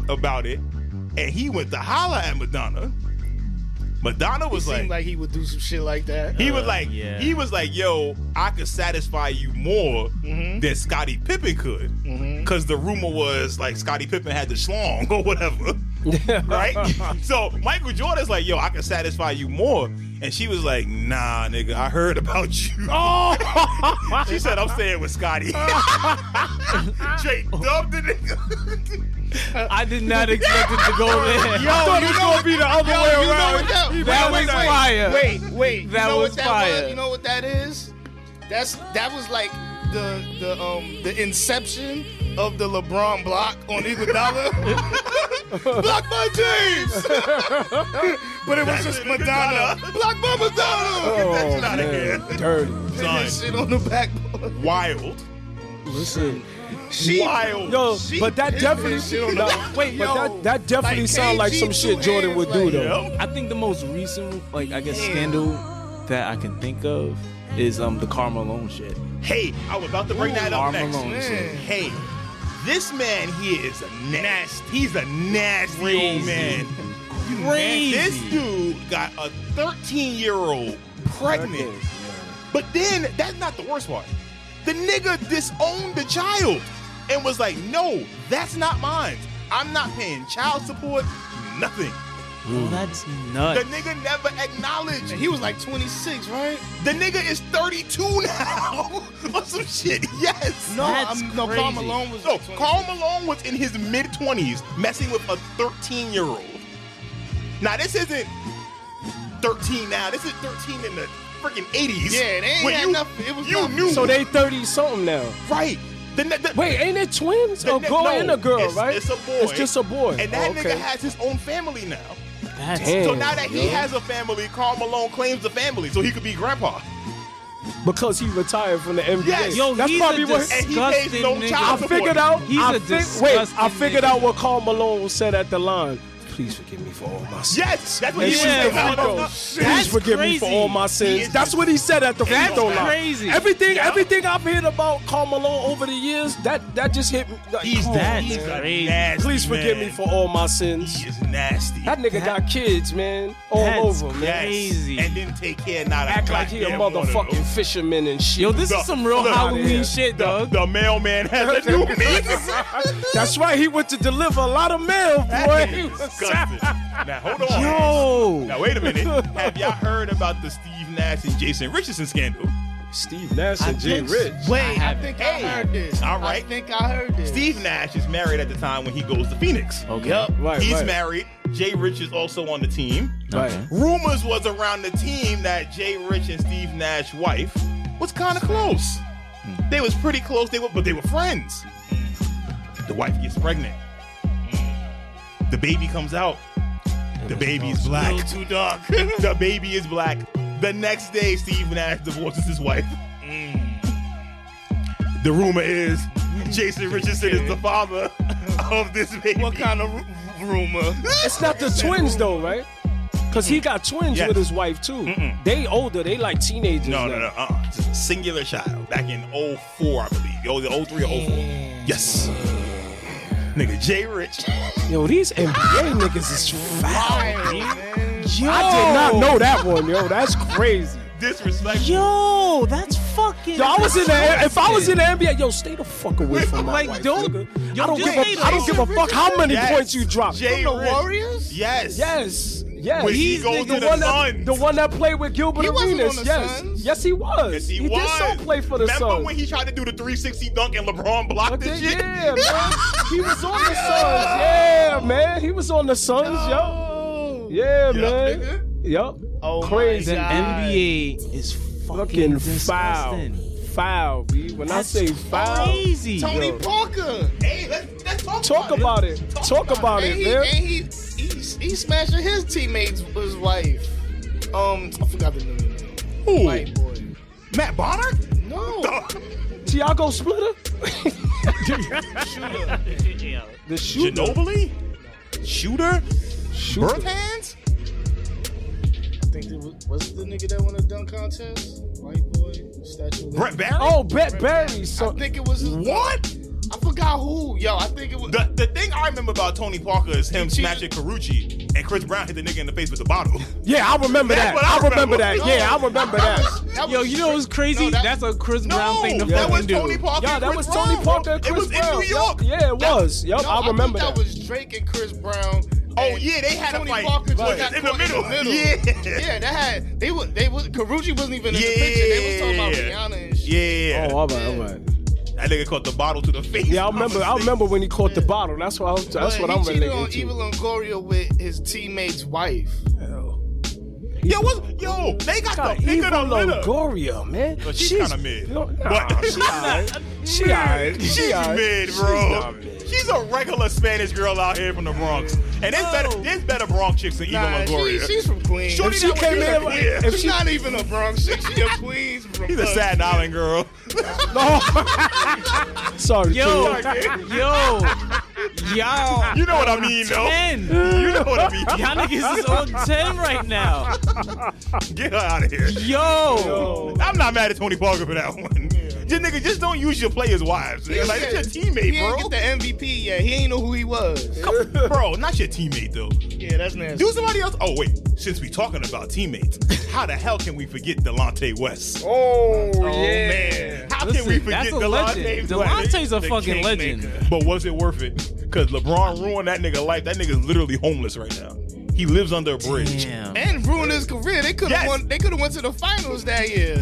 S1: about it, and he went to holler at Madonna. Madonna was
S5: Seemed
S1: like,
S5: like he would do some shit like that.
S1: he was like,
S3: yeah.
S1: he was like, yo, I could satisfy you more than Scottie Pippen could, because the rumor was like Scottie Pippen had the schlong or whatever, right? so Michael Jordan's like, yo, I can satisfy you more, and she was like, nah, nigga, I heard about you. Oh, she said, I'm staying with Scotty. Drake dubbed the nigga.
S3: I did not expect it to go there.
S5: Yo, you know what-
S6: be the other
S5: yo, you know what that-
S6: He
S5: wait,
S6: ran
S5: wait,
S6: with
S5: wait,
S6: fire.
S5: Wait, wait.
S3: That
S5: you know
S3: was
S5: what that
S3: fire.
S5: Was? You know what that is? That's that was like the the um the inception of the LeBron block on Iguodala. block my James. but it was just Madonna. block my Madonna.
S6: Oh,
S1: Get that shit out
S6: man.
S1: of here.
S6: Dirty.
S5: That
S1: Son,
S5: shit on the backboard.
S1: wild.
S6: Listen,
S5: She
S1: Wild.
S6: yo,
S5: She
S6: but that
S5: did
S6: definitely
S5: that shit on the-
S6: nah,
S5: Wait,
S6: but
S5: yo.
S6: that, that definitely
S5: Like,
S6: sound like
S5: KG
S6: some shit
S5: two
S6: Jordan
S5: hands,
S6: would do
S5: like-
S6: though.
S3: I think the most recent, like I guess, scandal that I can think of is um the Carmelone shit.
S1: Hey, I was about to bring that up next.
S3: Carmelone shit.
S1: Hey, this man here is a nasty. He's a nasty old man.
S3: Crazy.
S1: And this dude got a 13 year old pregnant. But then that's not the worst part. The nigga disowned the child and was like, no, that's not mine. I'm not paying child support, nothing.
S3: Well, that's
S1: The
S3: nuts.
S1: nigga never acknowledged.
S5: And he was like 26, right?
S1: The nigga is 32 now or some shit. Yes.
S5: No,
S3: That's
S5: I'm, no.
S3: crazy.
S5: Karl Malone was
S1: No,
S5: like 26.
S1: Carl Malone was in his mid 20s messing with a 13 year old. Now, this isn't 13 now. This is 13 in the freaking 80s.
S5: Yeah, they ain't
S1: When
S5: had
S1: you,
S5: nothing. It was
S1: you
S5: nothing.
S1: knew.
S6: So they thirty something now.
S1: Right. The, ne- the-
S6: Wait, ain't it twins?
S1: the
S6: A
S1: ne-
S6: girl
S1: no,
S6: and a girl,
S1: it's,
S6: right?
S1: It's a boy.
S6: It's just a boy.
S1: And that
S6: Oh,
S1: nigga
S6: okay.
S1: has his own family now.
S3: That's
S6: Damn.
S1: So now that he has a family, Carl Malone claims the family, so he could be grandpa.
S6: because he retired from the NBA.
S1: Yes.
S3: yo,
S6: that's
S3: he's
S6: probably
S3: a
S6: what.
S1: And he
S3: disgusting
S1: pays no
S3: nigga.
S6: I
S1: child support.
S6: figured out.
S3: He's
S6: I
S3: a
S6: fig- wait, I
S3: disgusting
S6: figured
S3: nigga.
S6: out what Carl Malone said at the line. Please forgive me for all my sins.
S1: Yes, that's what
S6: And
S1: he
S6: she
S3: Yeah,
S6: said,
S1: said.
S3: bro.
S6: "Bro,
S3: That's
S6: Please forgive me for
S3: crazy.
S6: all my
S1: He
S6: sins.
S1: is
S6: That's what he said at the free
S1: That's
S6: throw line.
S3: crazy.
S6: Everything,
S1: Yeah.
S6: everything I've heard about Carl Malone over the years, that that just hit me. Like,
S1: He's
S6: come on,
S3: that
S6: man.
S1: He's a
S3: crazy.
S1: nasty
S6: Please forgive
S1: man.
S6: me for all my sins.
S1: He is nasty.
S6: That nigga
S3: That-
S6: got kids, man, all
S3: That's
S6: over, man.
S1: Yes.
S3: Crazy.
S1: And then take care not
S6: Act like he a motherfucking fisherman and shit.
S3: Yo, this
S1: The-
S3: is some real
S1: the-
S3: Halloween shit,
S1: The,
S3: dog.
S1: the mailman has a new meaning.
S6: That's right. He went to deliver a lot of mail, boy. He was-
S1: now hold on.
S3: Yo.
S1: Now wait a minute. Have y'all heard about the Steve Nash and Jason Richardson scandal?
S6: Steve Nash and Jay Rich.
S5: Wait, I, think I heard this.
S1: All right.
S5: I think I heard this.
S1: Steve Nash is married at the time when he goes to Phoenix.
S3: Okay.
S6: Oh, Right,
S1: He's
S6: right.
S1: married. Jay Rich is also on the team.
S6: Right.
S1: Rumors was around the team that Jay Rich and Steve Nash wife was kind of close.
S5: Hmm.
S1: They was pretty close. They were, but they were friends. The wife gets pregnant. The baby comes out. The baby's black. too dark. the baby is black. The next day, Steve Nash divorces his wife. The rumor is Jason Richardson is the father of this baby.
S5: Mm. What kind of ru- rumor?
S6: It's not the twins though, right? Cause he got twins
S1: Mm. Yes.
S6: with his wife too. They older. They like teenagers.
S1: No,
S6: now.
S1: no, no. Uh-uh. Just a singular child. Back in 04, I believe. Yo, the 03 or 04. Yes. Nigga, Jay Rich.
S6: Yo, these
S1: Ah!
S6: NBA niggas is foul.
S5: Wild,
S6: I
S5: man.
S6: did not know that one, yo. That's crazy.
S1: Disrespectful.
S3: Yo, that's fucking.
S6: Yo, I was in the if I was in the NBA, yo, stay the fuck away from my
S3: Like,
S6: wife,
S3: don't-
S6: nigga.
S3: yo,
S6: I don't
S3: just
S6: give a
S3: stay
S6: I don't
S3: away.
S6: give a fuck how many
S1: Yes.
S6: points you drop.
S1: Jay
S5: From the
S1: Rich.
S5: Warriors?
S1: Yes.
S6: Yes, yes.
S1: When he
S6: He's
S1: goes to the
S6: one
S1: Suns.
S6: that, the one that played with Gilbert
S5: He wasn't
S6: Arenas.
S5: on the
S6: yes,
S5: Suns.
S6: yes, he was.
S1: Yes, he,
S6: did
S1: was.
S6: so play for the
S1: Remember
S6: Suns.
S1: when he tried to do the 360 dunk and LeBron blocked
S6: Okay,
S1: this shit?
S6: Yeah, man. He was on the Suns. Yeah, man. He was on the Suns, yo.
S5: Oh.
S6: Yeah,
S1: Yeah,
S6: man. Yup.
S5: Oh my
S6: Crazy.
S5: God.
S3: NBA is
S6: Fucking
S3: fucking,
S6: foul.
S3: disgusting.
S6: Foul, B. When
S3: That's
S6: I say foul,
S3: crazy.
S5: Tony
S6: Yo.
S5: Parker.
S1: Hey, let's, let's talk,
S6: talk about it. Talk about
S5: and
S6: it,
S5: he,
S6: man.
S5: And he, he, he smashing his teammates, his wife. Um, I forgot the name.
S1: Who?
S5: white boy.
S1: Matt Bonner?
S5: No.
S6: Tiago Splitter?
S5: Yeah.
S6: The shooter.
S1: Ginobili? Shooter? Birth hands?
S5: I think it was, was the nigga that won the dunk contest? White boy, statue. of
S1: Brett
S5: Liberty.
S1: Barry?
S6: Oh, Brett Barry.
S5: I
S6: So
S5: think it was his
S1: What?
S5: I forgot who. Yo, I think it was.
S1: The, the thing I remember about Tony Parker is him
S5: He
S1: smashing Carucci and Chris Brown hit the nigga in the face with the bottle.
S6: yeah, I remember
S1: That's
S6: that.
S1: what I
S6: I
S1: remember.
S6: remember that. Yeah, I remember that.
S5: That
S3: Yo,
S5: was-
S3: you know what's crazy?
S5: No, that-
S3: That's a Chris
S1: No,
S3: Brown thing to
S1: that was
S3: fucking do.
S1: Tony Parker.
S6: Yeah,
S1: and
S6: that
S1: Chris
S6: was Tony
S1: Brown.
S6: Parker and Chris
S1: It was
S6: Brown.
S1: in New York.
S6: Yup, yeah, it was. Yep,
S5: No,
S6: I remember
S5: think
S6: that.
S5: that. was Drake and Chris Brown.
S1: Oh
S5: and
S1: yeah, they had
S5: Tony
S1: a fight
S5: Parker just
S1: Right.
S5: got
S1: in the
S5: caught
S1: middle.
S5: Yeah.
S1: Yeah.
S5: that had they was they was Karuji wasn't even in
S1: Yeah,
S5: the picture. They was talking about
S1: yeah,
S5: Rihanna and shit.
S1: Yeah.
S6: Oh, all right, all right.
S1: That nigga caught the bottle to the face.
S6: Yeah, I remember. I remember when he caught the bottle. That's what. I was, that's
S5: but
S6: what I'm
S5: he cheated on
S6: relating to.
S5: Evil Longoria with his teammate's wife.
S1: Yo, what? Yo, they got
S6: God,
S1: the nigga
S6: Evil
S1: to litter.
S6: Longoria, man.
S1: But she's kinda mid.
S6: Yo, Nah,
S1: But-
S6: she alright. She alright.
S1: She's
S6: She alright.
S1: mid,
S6: She's
S1: bro.
S6: not mid.
S1: She's, a regular Spanish girl out here from the Bronx, and there's better, there's better Bronx chicks than Eva
S5: Nah, she,
S1: Longoria.
S5: she's from Queens.
S1: Shorty
S6: If she
S1: that was-
S6: came
S1: she's
S6: in,
S1: a- yeah.
S6: if
S5: she's
S6: she,
S5: not even a Bronx chick. She a Queens from
S1: She's a
S5: us.
S1: Staten Island girl.
S6: sorry,
S3: Yo,
S6: King.
S3: yo, y'all,
S1: You know what I mean, though.
S3: ten.
S1: You know what I mean.
S3: Y'all niggas is on ten right now.
S1: Get her out of here.
S3: Yo,
S1: I'm not mad at Tony Parker for that one. Just nigga, just don't use your players' wives. nigga. Like it's your
S5: He
S1: teammate, bro.
S5: ain't get the MVP yet. He ain't know who he was.
S1: Come- bro, not your teammate though.
S5: Yeah, that's nasty.
S1: Do somebody else. Oh wait, since we talking about teammates, how the hell can we forget Delonte West?
S5: Oh,
S1: man, how
S3: listen,
S1: can we
S3: that's
S1: forget
S3: a legend.
S1: Delonte? West?
S3: Delonte's a
S5: The
S3: fucking legend.
S5: kingmaker.
S1: But was it worth it? Because LeBron ruined that nigga life. That nigga's literally homeless right now. He lives under a bridge.
S3: Damn.
S5: And ruin his career. They could have
S1: Yes.
S5: won. They could have went to the finals that year.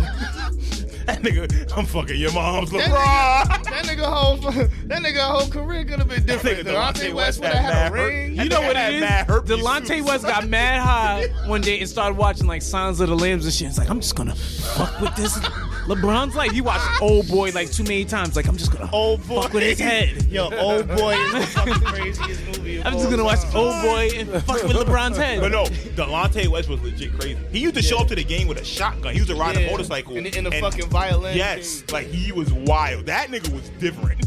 S1: That nigga, I'm fucking your mom's LeBron.
S5: That nigga whole that nigga whole career could have been different. Delonte West would have had a ring.
S1: You
S3: You
S1: know
S3: know
S1: That
S3: what
S1: had
S3: it is?
S1: mad herpes
S3: Delonte
S1: suits.
S3: West got mad high one day and started watching like Signs of the Lambs and shit. It's like I'm just gonna fuck with this. LeBron's like he watched Old Boy like too many times. Like I'm just gonna
S5: Old Oh, boy.
S3: fuck with his head.
S5: Yo, old boy is the fucking craziest movie. of
S3: I'm
S5: all
S3: just gonna watch
S5: time.
S3: Old Boy and fuck with LeBron's head.
S1: But no, Delonte West was legit crazy. He used to show up to the game with a shotgun. He used to ride
S5: Yeah.
S1: a motorcycle
S5: in, the- in the
S1: and-
S5: fucking violin.
S1: Yes,
S5: thing.
S1: like he was wild. That nigga was different.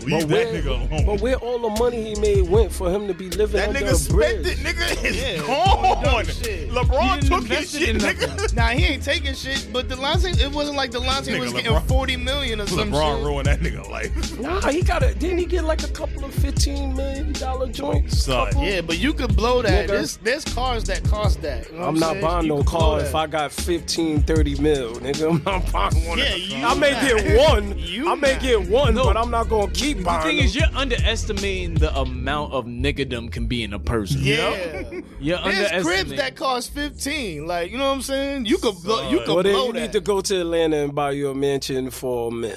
S1: Leave that
S6: But where-
S1: nigga alone.
S6: But where all the money he made went for him to be living
S1: that
S6: under
S1: nigga
S6: a bridge?
S1: spent it. Nigga is
S5: Yeah, on
S1: gone.
S5: dumb shit.
S1: LeBron
S3: He didn't
S1: took his
S3: invest it
S1: shit,
S3: in
S1: nigga.
S3: nothing.
S5: Nah, he ain't taking shit. But Delonte, it wasn't like Delonte
S1: Nigga,
S5: was
S1: LeBron-
S5: getting forty million or some
S1: LeBron
S5: shit.
S1: ruined that nigga life.
S6: Nah, he got a. Didn't he get like a couple of fifteen million dollar joints?
S1: Son,
S6: Couple?
S5: Yeah, but you could blow that.
S6: Nigga.
S5: There's, there's cars that cost that. You know what
S6: I'm not
S5: saying?
S6: buying
S5: You
S6: no
S5: could blow
S6: car
S5: that.
S6: if I got 15, 30 mil, nigga. I'm not buying one.
S5: Yeah,
S6: of them.
S5: you
S6: I may
S5: not.
S6: get one.
S5: You
S6: I may
S5: not.
S6: get one,
S3: No.
S6: but I'm not gonna keep
S3: the
S6: buying.
S3: thing
S6: them.
S3: is, you're underestimating the amount of niggerdom can be in a person.
S5: Yeah.
S3: You're
S5: There's cribs
S3: underestimating.
S5: that cost 15. Like, you know what I'm saying? You could blow, you could
S6: well, then
S5: blow
S6: you
S5: that.
S6: need to go to Atlanta and buy you a mansion for a mil.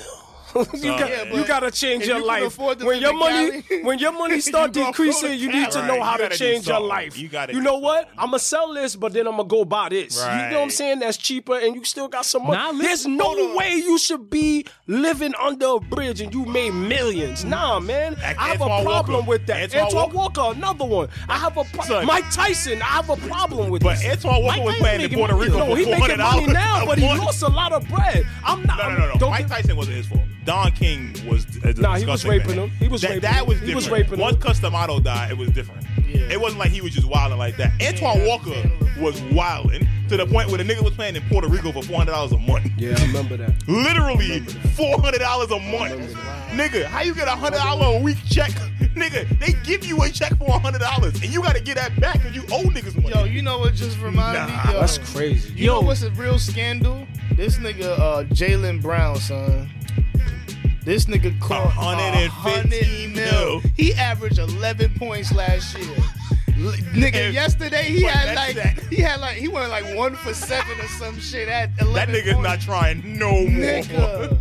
S6: you, got,
S1: Yeah,
S5: but
S6: you gotta change
S5: if
S6: your
S5: you can
S6: life.
S5: afford to
S6: When
S5: live
S6: your
S5: in
S6: money,
S5: Cali,
S6: when your money start
S5: you gonna go to
S6: decreasing, you need to
S1: Cali.
S6: know
S1: Right,
S6: how
S1: you
S6: to
S1: gotta do
S6: change your
S1: something.
S6: life.
S1: You gotta do
S6: know what?
S1: something.
S6: I'm gonna sell this, but then I'm gonna go buy this. You know what I'm
S1: Right.
S6: saying? That's cheaper, and you still got some money.
S3: Nah, listen-
S6: There's no way you should be living under a bridge and you made millions. Nah, man.
S1: Like
S6: I have a
S1: Antoine
S6: problem
S1: Walker.
S6: with that.
S1: Antoine
S6: Antoine Walker, another one. I have a problem.
S1: Son.
S6: Mike Tyson, I have a problem with
S1: But
S6: this.
S1: Antoine Walker
S3: Mike
S1: was
S3: Tyson
S1: playing in
S3: making
S1: Puerto
S3: money,
S1: Rico
S6: No,
S1: for
S6: he making money
S1: $400
S6: now,
S1: a
S6: but he
S1: month.
S6: lost a lot of bread. I'm not.
S1: No, no, no, no.
S6: don't
S1: Mike
S6: get-
S1: Tyson wasn't his fault. Don King was. a
S6: Nah, he was
S1: disgusting
S6: raping
S1: man.
S6: him. He was
S1: that,
S6: raping him.
S1: That was
S6: He
S1: different.
S6: was raping him.
S1: Once Customato died, it was different.
S5: Yeah.
S1: It wasn't like he was just wilding like that. Antoine Walker was wilding to the point where the nigga was playing in Puerto Rico for four hundred dollars a month.
S6: Yeah, I remember that.
S1: Literally four hundred dollars a month. Nigga, how you get a hundred dollar a week check? Nigga, they give you a check for hundred dollars, and you got to get that back because you owe niggas money.
S5: Yo, you know what just reminded
S1: Nah,
S5: me? Yo,
S6: That's crazy.
S5: You know what's a real scandal? This nigga, uh, Jalen Brown, son. This nigga caught
S1: 115
S5: 115 mil.
S1: mil.
S5: He averaged 11 points last year. L- nigga,
S1: And-
S5: yesterday he
S1: but
S5: had like
S1: that's that.
S5: he had like he went like one for seven or some shit at 11
S1: that nigga's
S5: points.
S1: not trying no more.
S5: Nigga.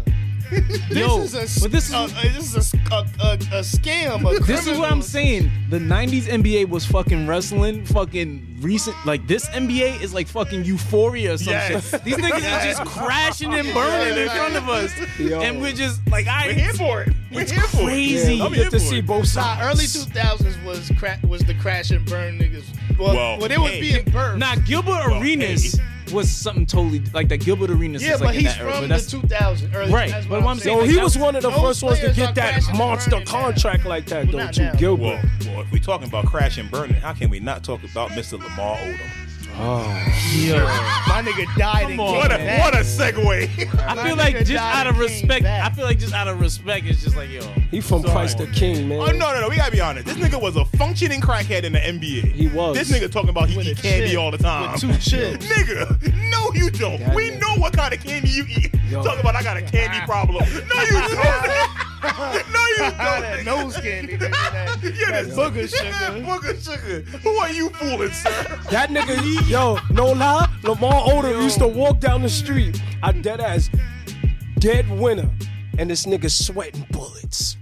S5: this
S3: Yo,
S5: is a
S3: but this is-
S5: a, a- this is a, a, a, a scam. A
S3: This is what I'm
S5: criminal-
S3: saying. The 90s NBA was fucking wrestling, fucking recent. Like, this NBA is like fucking euphoria or some
S1: Yes.
S3: shit. These niggas are just crashing and burning in front of us.
S6: Yo.
S3: And we're just like, I.
S1: We're here for it. We're
S3: It's
S1: here for
S3: crazy.
S1: it.
S6: Yeah,
S1: I'm
S6: you
S1: here
S6: get to
S1: for
S6: see
S1: it.
S6: both
S5: Nah, early
S6: sides.
S5: 2000s was cra- was the crash and burn niggas. Well,
S1: Well,
S5: well, they was
S1: hey.
S5: being burned.
S3: Nah, Gilbert
S1: Well,
S3: Arenas
S1: hey.
S3: was something totally like that. Gilbert Arenas
S5: Yeah,
S3: is like
S5: but
S3: in
S5: he's
S3: that era,
S5: from
S3: but
S5: the
S3: that's
S5: 2000. Early,
S3: Right,
S5: That's
S3: but
S5: what
S3: what
S5: I'm
S3: I'm
S5: saying.
S3: saying,
S6: Yo,
S3: like,
S6: he
S3: that
S6: was one of the
S5: those
S6: first ones to
S5: players are
S6: get that
S5: crashing and
S6: monster
S5: burning now.
S6: contract like that,
S5: Well,
S6: though,
S5: not
S6: too.
S5: now.
S1: Well,
S6: Gilbert.
S1: well, if we talking about crash and burning, how can we not talk about Mr. Lamar Odom?
S5: My nigga died and
S3: on,
S5: came
S3: What a-
S5: back.
S1: a segue!
S3: I
S5: My
S3: feel like
S5: nigga
S3: just
S5: died
S3: out of
S5: and came
S3: respect,
S5: back.
S3: I feel like just out of respect, it's just like yo.
S6: He from Christ the King, man.
S1: oh no, no, no! We gotta be honest. This nigga was a functioning crackhead in the NBA.
S6: He was.
S1: This nigga talking about he
S5: With a
S1: eat candy
S5: chin.
S1: all the time.
S5: With two chins.
S1: nigga, no, you don't.
S6: That
S1: we
S6: nigga.
S1: know what kind of candy you eat.
S6: Yo.
S1: Talk about I got a candy problem. No, you don't. no, you don't.
S5: that nose candy. nigga, that-
S1: Yeah,
S5: that
S1: that's
S5: booger
S1: Yeah,
S5: sugar.
S1: booger sugar. Who are you fooling, sir?
S6: That nigga, yo, no lie, Lamar Odom used to walk down the street. I dead ass, dead winter, and this nigga sweating bullets.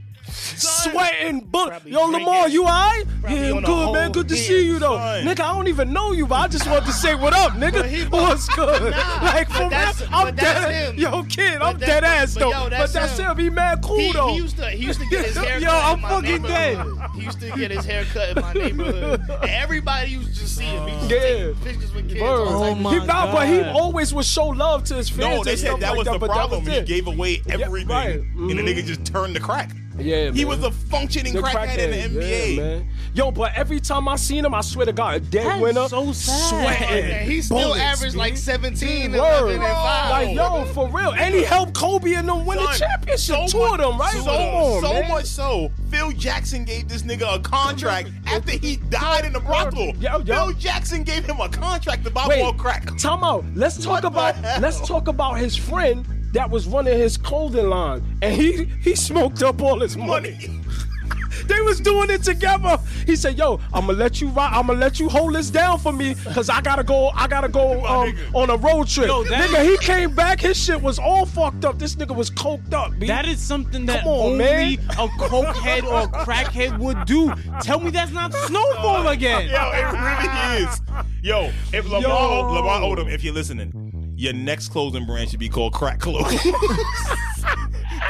S6: Sweating bullets.
S5: Probably
S6: Yo, Lamar,
S5: drinking.
S6: you alright? Yeah,
S5: on
S6: I'm
S5: a
S6: good, man.
S5: whole
S6: Good to
S5: beer,
S6: see you though,
S1: son.
S6: nigga. I don't even know you, but I just wanted to say what up, nigga.
S5: he-
S6: What's good?
S5: Nah,
S6: like
S5: but
S6: for real,
S5: that's-
S6: I'm
S5: but that's
S6: dead.
S5: him.
S6: Yo, kid,
S5: But
S6: I'm
S5: that-
S6: dead ass
S5: but
S6: though.
S5: yo,
S6: but
S5: that's
S6: that's
S5: him.
S6: him. He mad cool
S5: He,
S6: though.
S5: he used to he used to get his hair
S6: Yo,
S5: cut
S6: I'm
S5: in my
S6: fucking dead.
S5: neighborhood. He used to get his hair cut in my neighborhood. And everybody used to see him. He used to
S6: Yeah.
S5: take pictures with kids.
S6: Word.
S5: all the
S3: Oh
S5: time.
S3: my
S6: he not, but he
S3: God.
S6: always would show love to his fans.
S1: No, they
S6: and
S1: said
S6: stuff
S1: that
S6: like
S1: was the
S6: but
S1: problem.
S6: That was
S1: He
S6: it.
S1: gave away everything,
S6: right. Mm-hmm.
S1: and the nigga just turned the crack.
S6: Yeah,
S1: He
S6: man.
S1: was a functioning
S6: The
S1: crackhead, in the
S6: crackhead,
S1: NBA.
S6: yeah, man. Yo, but every time I seen him, I swear to God, a dead
S3: That's
S6: winter,
S3: so sad.
S6: sweating.
S5: And he still
S6: bullets,
S5: averaged like
S6: dude.
S5: 17,
S6: Word.
S5: 11, and 5.
S6: Like yo, for real, and he helped Kobe and them win the
S1: Son,
S6: championship. Two of them, right?
S1: So,
S6: Come on,
S1: so
S6: man.
S1: much so, Phil Jackson gave this nigga a contract after he died in the brothel.
S6: Yo, yo.
S1: Phil Jackson gave him a contract to buy
S6: Wait,
S1: more crack.
S6: Time out. Let's talk
S1: the
S6: about
S1: hell?
S6: let's talk about his friend that was running his clothing line, and he he smoked up all his money.
S1: Money.
S6: They was doing it together. He said, "Yo, I'm gonna let you ride. I'm gonna let you hold this down for me, cause I gotta go. I gotta go um,
S1: nigga.
S6: on a road trip."
S3: Yo, that-
S6: nigga, he came back. His shit was all fucked up. This nigga was coked up. B.
S3: That is something that
S6: Come on,
S3: only
S6: man.
S3: a cokehead or a crackhead would do. Tell me that's not Snowball again.
S1: Yo, it really is. Yo, if Lamar,
S6: Yo.
S1: Lamar Odom, if you're listening, your next clothing brand should be called Crack Clothes.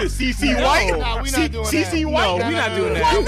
S1: the CC White.
S5: Nah, we
S1: C-
S5: not doing that.
S1: CC White.
S5: Nah,
S3: we
S5: nah,
S3: not
S5: nah,
S3: doing
S5: nah,
S3: that.
S5: nah,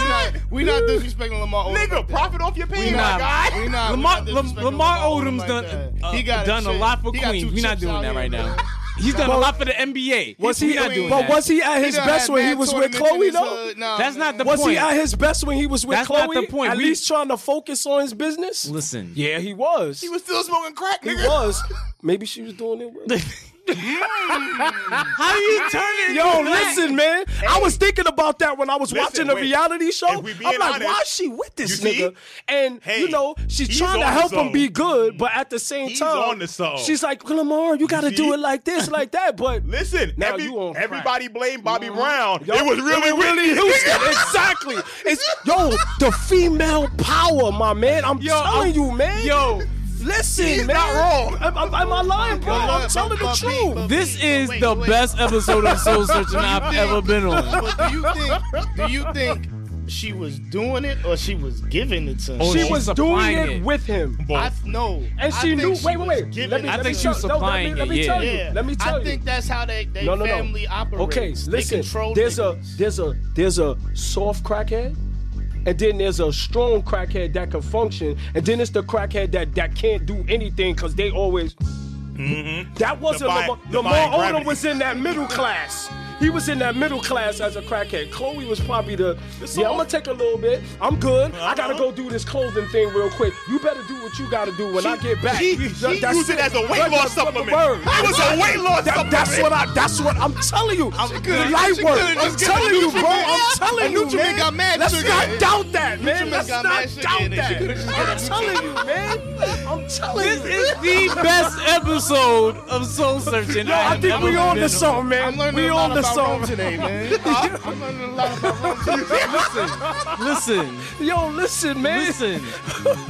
S5: We not, we not disrespecting Lamar Odom.
S1: Nigga,
S5: like that.
S1: profit off your pain,
S5: We
S1: my
S5: not,
S1: guy.
S5: We not,
S3: Lamar,
S5: we not
S3: Lam-
S5: disrespecting
S3: Lamar
S5: Odom
S3: Odom's
S5: like
S3: done
S5: that.
S3: uh,
S5: he got
S3: done a
S5: shit.
S3: lot for
S5: He got
S3: Queens.
S5: two
S3: We're not
S5: chips
S3: doing
S5: out
S3: that
S5: here,
S3: right now.
S5: man.
S3: He's done a lot for the NBA.
S6: was
S3: We're
S6: he?
S3: not doing
S6: but
S3: that.
S6: was he at
S5: He
S6: his
S5: done
S6: best
S5: had
S6: when he
S5: mad
S6: was with
S5: tournaments in
S6: Chloe
S5: his
S6: though?
S5: hood. Nah,
S3: That's
S5: man.
S3: not the
S6: Was
S3: point.
S6: he at his best when he was with
S3: That's
S6: Chloe?
S3: not the point.
S6: At
S3: We-
S6: least trying to focus on his business.
S3: Listen.
S6: Yeah, he was.
S1: He was still smoking crack,
S6: He
S1: nigga.
S6: was. Maybe she was doing it. With
S3: How you turning?
S6: Yo, listen, man. I was thinking about that when I was
S1: Listen,
S6: watching a
S1: wait.
S6: reality show.
S1: If we
S6: I'm
S1: being
S6: like, why
S1: honest,
S6: is she with this
S1: you see?
S6: nigga? And
S1: Hey,
S6: you know, she's
S1: he's
S6: trying to
S1: on
S6: help
S1: to
S6: him be
S1: something.
S6: good, but at the same
S1: He's
S6: time,
S1: on to something.
S6: she's like, Lamar, you got to
S1: see?
S6: do it like this, like that. But
S1: Listen,
S6: now
S1: every-
S6: you on crack.
S1: everybody blamed Bobby Brown.
S6: Yo,
S1: it was really,
S6: it was really Houston. exactly. It's yo the female power, my man. I'm telling you, man.
S3: yo,
S6: listen,
S1: he's
S6: man.
S1: not wrong.
S6: Am, am- am I lying, bro?
S5: But-
S6: I'm
S5: but-
S6: telling the
S5: but-
S6: truth.
S5: but-
S3: This
S5: Wait,
S3: is
S5: wait,
S3: the
S5: wait.
S3: best episode of Soul Searching I've ever been on.
S5: But do you think? Do you think she was doing it or she was giving it to him?
S3: Oh,
S6: She
S3: she's
S6: was doing
S3: supplying
S6: it,
S3: it.
S6: with him.
S5: I know,
S6: And
S5: I
S6: she
S5: think
S6: knew.
S5: she
S6: Wait,
S5: was
S6: wait, wait.
S5: giving
S6: Let me,
S5: it
S3: I
S6: let
S5: to
S6: me
S3: think she
S6: tell-
S3: was
S6: no, let me-
S3: supplying
S6: Let me,
S3: it,
S6: tell
S3: yeah.
S6: you.
S5: Yeah,
S6: Let me tell
S5: I
S6: you.
S5: think that's how they, they
S6: No, no, no.
S5: family operates.
S6: Okay,
S5: They
S6: listen.
S5: control
S6: There's a
S5: niggas.
S6: there's a there's a soft crackhead, and then there's a strong crackhead that can function, and then it's the crackhead that that can't do anything because they always.
S1: Mm-hmm.
S6: That wasn't
S1: Defy-
S6: Lamar.
S1: defying
S6: Lamar Odom
S1: gravity.
S6: was in that middle class. He was in that middle class as a crackhead. Chloe was probably the. Yeah, I'm gonna take a little bit. I'm good.
S1: Uh-huh.
S6: I gotta go do this clothing thing real quick. You better do what you gotta do when I get back.
S1: She,
S6: That-
S1: she
S6: that's
S1: used it as a weight
S6: That's
S1: loss
S6: the
S1: supplement.
S6: word.
S1: It was a weight loss
S6: That-
S1: supplement.
S6: that's what I. That's what I'm telling you.
S5: good.
S6: the light
S5: She
S6: work.
S5: good.
S6: I'm
S5: She
S6: telling
S5: good.
S6: you, bro.
S5: Nutriment.
S6: I'm telling you,
S5: Nutriment
S6: man.
S5: got mad
S6: Let's
S5: sugar.
S6: not doubt that, man.
S5: Nutriment
S6: Let's
S5: got
S6: not
S5: mad sugar
S6: doubt
S5: in it. She
S6: that.
S5: could've just
S6: I'm telling you, man. I'm telling
S3: This
S6: you.
S3: is the best episode of Soul Searching.
S6: Yo, I think we on the song,
S5: I'm
S6: man.
S5: learning
S6: We
S5: a
S6: on
S5: lot
S6: the
S5: about Rome
S6: song.
S5: today, man. I'm learning a lot about Rome today.
S3: Listen,
S6: Yo, listen, man.
S3: listen.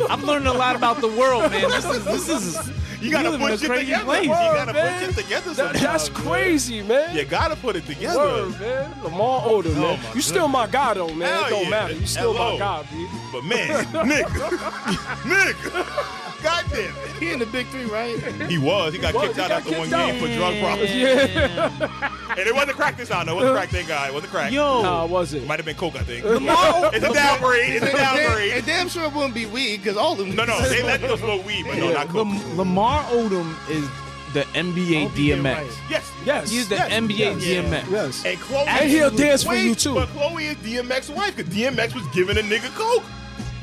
S3: I'm learning a lot about the world, man. This is this is
S1: You gotta
S3: live in
S1: put
S3: a
S1: shit
S3: crazy
S1: together.
S3: place.
S1: You gotta put
S6: man.
S1: shit together.
S6: That-
S1: Sometimes.
S6: that's crazy, man.
S1: You gotta put it together.
S6: Word, man. Lamar Odom, man.
S1: my
S6: you still my guy, though, man.
S1: Hell
S6: it don't
S1: yeah.
S6: matter. You still
S1: Hello.
S6: my guy, B.
S1: But man, nigga, nigga, goddamn it.
S5: He in the big three, right?
S1: He was. He got
S6: Well,
S1: kicked
S6: he
S1: out
S6: got
S1: after one
S6: kicked out.
S1: game for drug problems.
S6: Yeah.
S1: and it wasn't crack this time. No, it wasn't crack. Thank God, it wasn't crack.
S3: Yo,
S6: Nah, was
S1: It
S6: it?
S1: might have been coke. I think. it's a downgrade. It's a
S5: And damn,
S1: downgrade.
S5: and damn sure it wouldn't be weed because all of them.
S1: No, no, they let people smoke weed,
S6: Oh,
S1: but no, not coke.
S3: Lam- Lamar Odom is the NBA DMX.
S1: Yes,
S6: Yes.
S3: He's the
S6: yes,
S3: NBA DMX.
S6: Yes.
S1: And Chloe
S6: And he'll dance for
S1: Wait,
S6: you, too.
S1: But Chloe is DMX's wife because DMX was giving a nigga coke.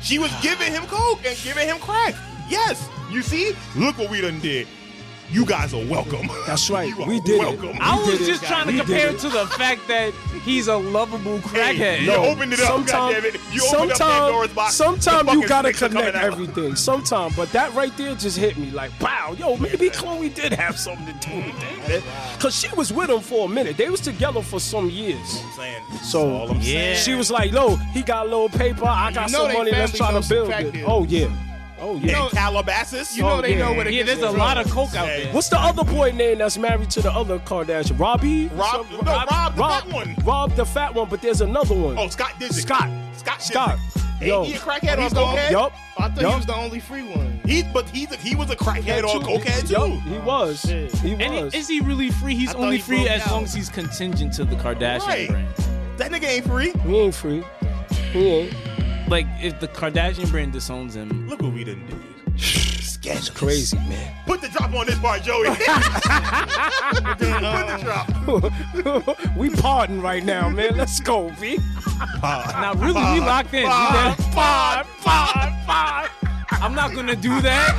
S1: She was
S3: Ah.
S1: giving him coke and giving him crack. Yes, you see, look what we done did. You guys are welcome.
S6: That's right.
S1: You are
S6: We did it.
S1: welcome.
S6: We
S3: I was
S6: did it,
S3: just
S6: guys.
S3: trying to
S6: We did
S3: compare
S6: it.
S3: it to the fact that he's a lovable crackhead.
S1: Hey,
S6: No,
S1: You opened it up,
S6: sometime-
S1: goddammit. You opened up Pandora's box. The
S6: Sometimes
S1: fucking
S6: you gotta
S1: snakes are coming
S6: connect
S1: out.
S6: everything. Sometimes, but that right there just hit me like, wow, yo, maybe Chloe did have something to do with that, man. Cause she was with him for a minute. They was together for some years.
S1: I'm saying,
S6: So
S1: all I'm saying.
S6: she was like, "Yo, he got a little paper. I got
S5: know
S6: some
S5: they
S6: money. Let's
S5: family
S6: try to
S5: knows some
S6: build
S5: crack
S6: it."
S5: dealers.
S6: Oh yeah, oh yeah.
S1: And Calabasas.
S5: You know
S6: Oh,
S5: they know
S6: yeah.
S5: what it
S3: Yeah, there's
S5: gets you
S3: a
S5: from.
S3: lot of coke out there.
S6: What's the other boy name that's married to the other Kardashian? Robbie?
S1: Rob-
S6: Some-
S1: no, Rob the fat one.
S6: Rob the fat one, but there's another one.
S1: Oh, Scott Disick.
S6: Scott.
S1: Scott.
S6: Scott.
S1: Disick.
S6: Yo. Oh,
S1: Ain't he a crackhead on
S5: He's the-
S1: cokehead?
S6: Yup.
S5: I thought
S6: Yup.
S5: he was the only free one.
S1: He, but he's a, he was a crackhead on cokehead too.
S6: Yup, he was.
S5: shit.
S6: He was.
S3: And he- is he really free? He's
S5: I thought
S3: only
S5: he
S3: free
S5: broke
S3: as
S5: out.
S3: long as he's contingent to the Kardashian
S1: Right.
S3: brand.
S1: That nigga ain't free.
S6: he ain't free. He ain't.
S3: Like if the Kardashian brand disowns him,
S1: Look what we done did. Scandalous.
S6: Crazy, man.
S1: Put the drop on this part, Joey. Put the drop.
S6: we pardon right now, man. Let's go, B.
S3: now really we locked in. We
S1: Five,
S3: there.
S1: five, five.
S3: I'm not gonna do that,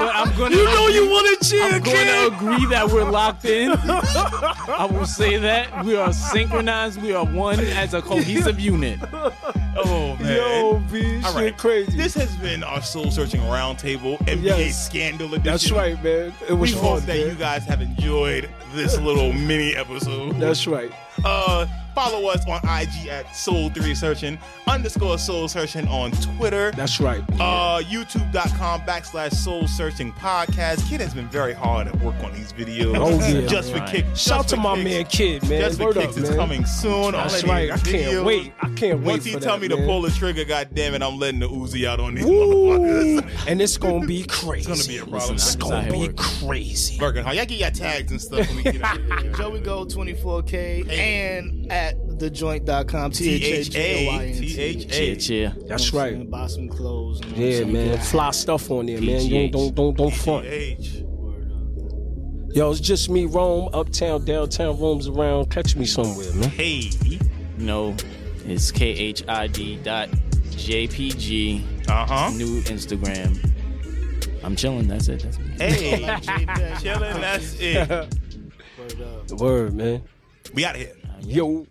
S3: but I'm gonna.
S6: You know you want to cheer,
S3: I'm
S6: kid.
S3: going to agree that we're locked in. I will say that we are synchronized. We are one as a cohesive unit.
S1: Oh man.
S6: Yo, B,
S1: All
S6: shit
S1: right.
S6: crazy.
S1: This has been our soul searching roundtable NBA
S6: Yes.
S1: scandal edition.
S6: That's right, man. It
S1: We
S6: was
S1: hope
S6: fun,
S1: that
S6: man.
S1: you guys have enjoyed this little mini episode.
S6: That's right.
S1: Uh, follow us on IG at Soul Three Searching underscore Soul Searching on Twitter.
S6: That's right.
S1: Uh, YouTube.com backslash Soul Searching Podcast. Kid has been very hard at work on these videos.
S6: Oh, yeah.
S1: just for kick. just
S6: Shout out to
S1: for
S6: my
S1: kicks.
S6: man, Kid, man.
S1: Just for
S6: Word
S1: kicks
S6: up,
S1: is
S6: man.
S1: coming soon. I'll
S6: That's
S1: let
S6: right.
S1: you
S6: I can't
S1: videos.
S6: wait. I can't wait
S1: Once he
S6: for
S1: tell
S6: that,
S1: me to
S6: man.
S1: pull the trigger, God damn it, I'm letting the Uzi out on these
S6: Ooh,
S1: motherfuckers.
S6: and it's gonna be crazy.
S1: It's gonna be a problem.
S6: It's
S3: It's
S6: gonna
S3: not
S6: be
S3: working.
S6: crazy.
S1: Bergen, how y'all get your tags and stuff when we get out of here?
S5: Joey Go 24K and at thejoint.com. T H A
S1: T-H-A.
S3: Cheer,
S1: T-H-A.
S3: cheer.
S6: That's right.
S5: Buy some clothes. you know what I'm
S6: Yeah,
S5: saying?
S6: man. Fly stuff on there, man. Don't don't don't don't front.
S1: H.
S6: Yo, it's just me, Rome, uptown, downtown, roams around. Catch me somewhere, man.
S1: Hey.
S3: No, it's K H I D dot J P G.
S1: Uh-huh.
S3: New Instagram. I'm chilling. That's it. That's me.
S1: Hey.
S5: J-Bag.
S1: Chillin', that's it.
S6: Word, man.
S1: We out of here.
S6: Yo.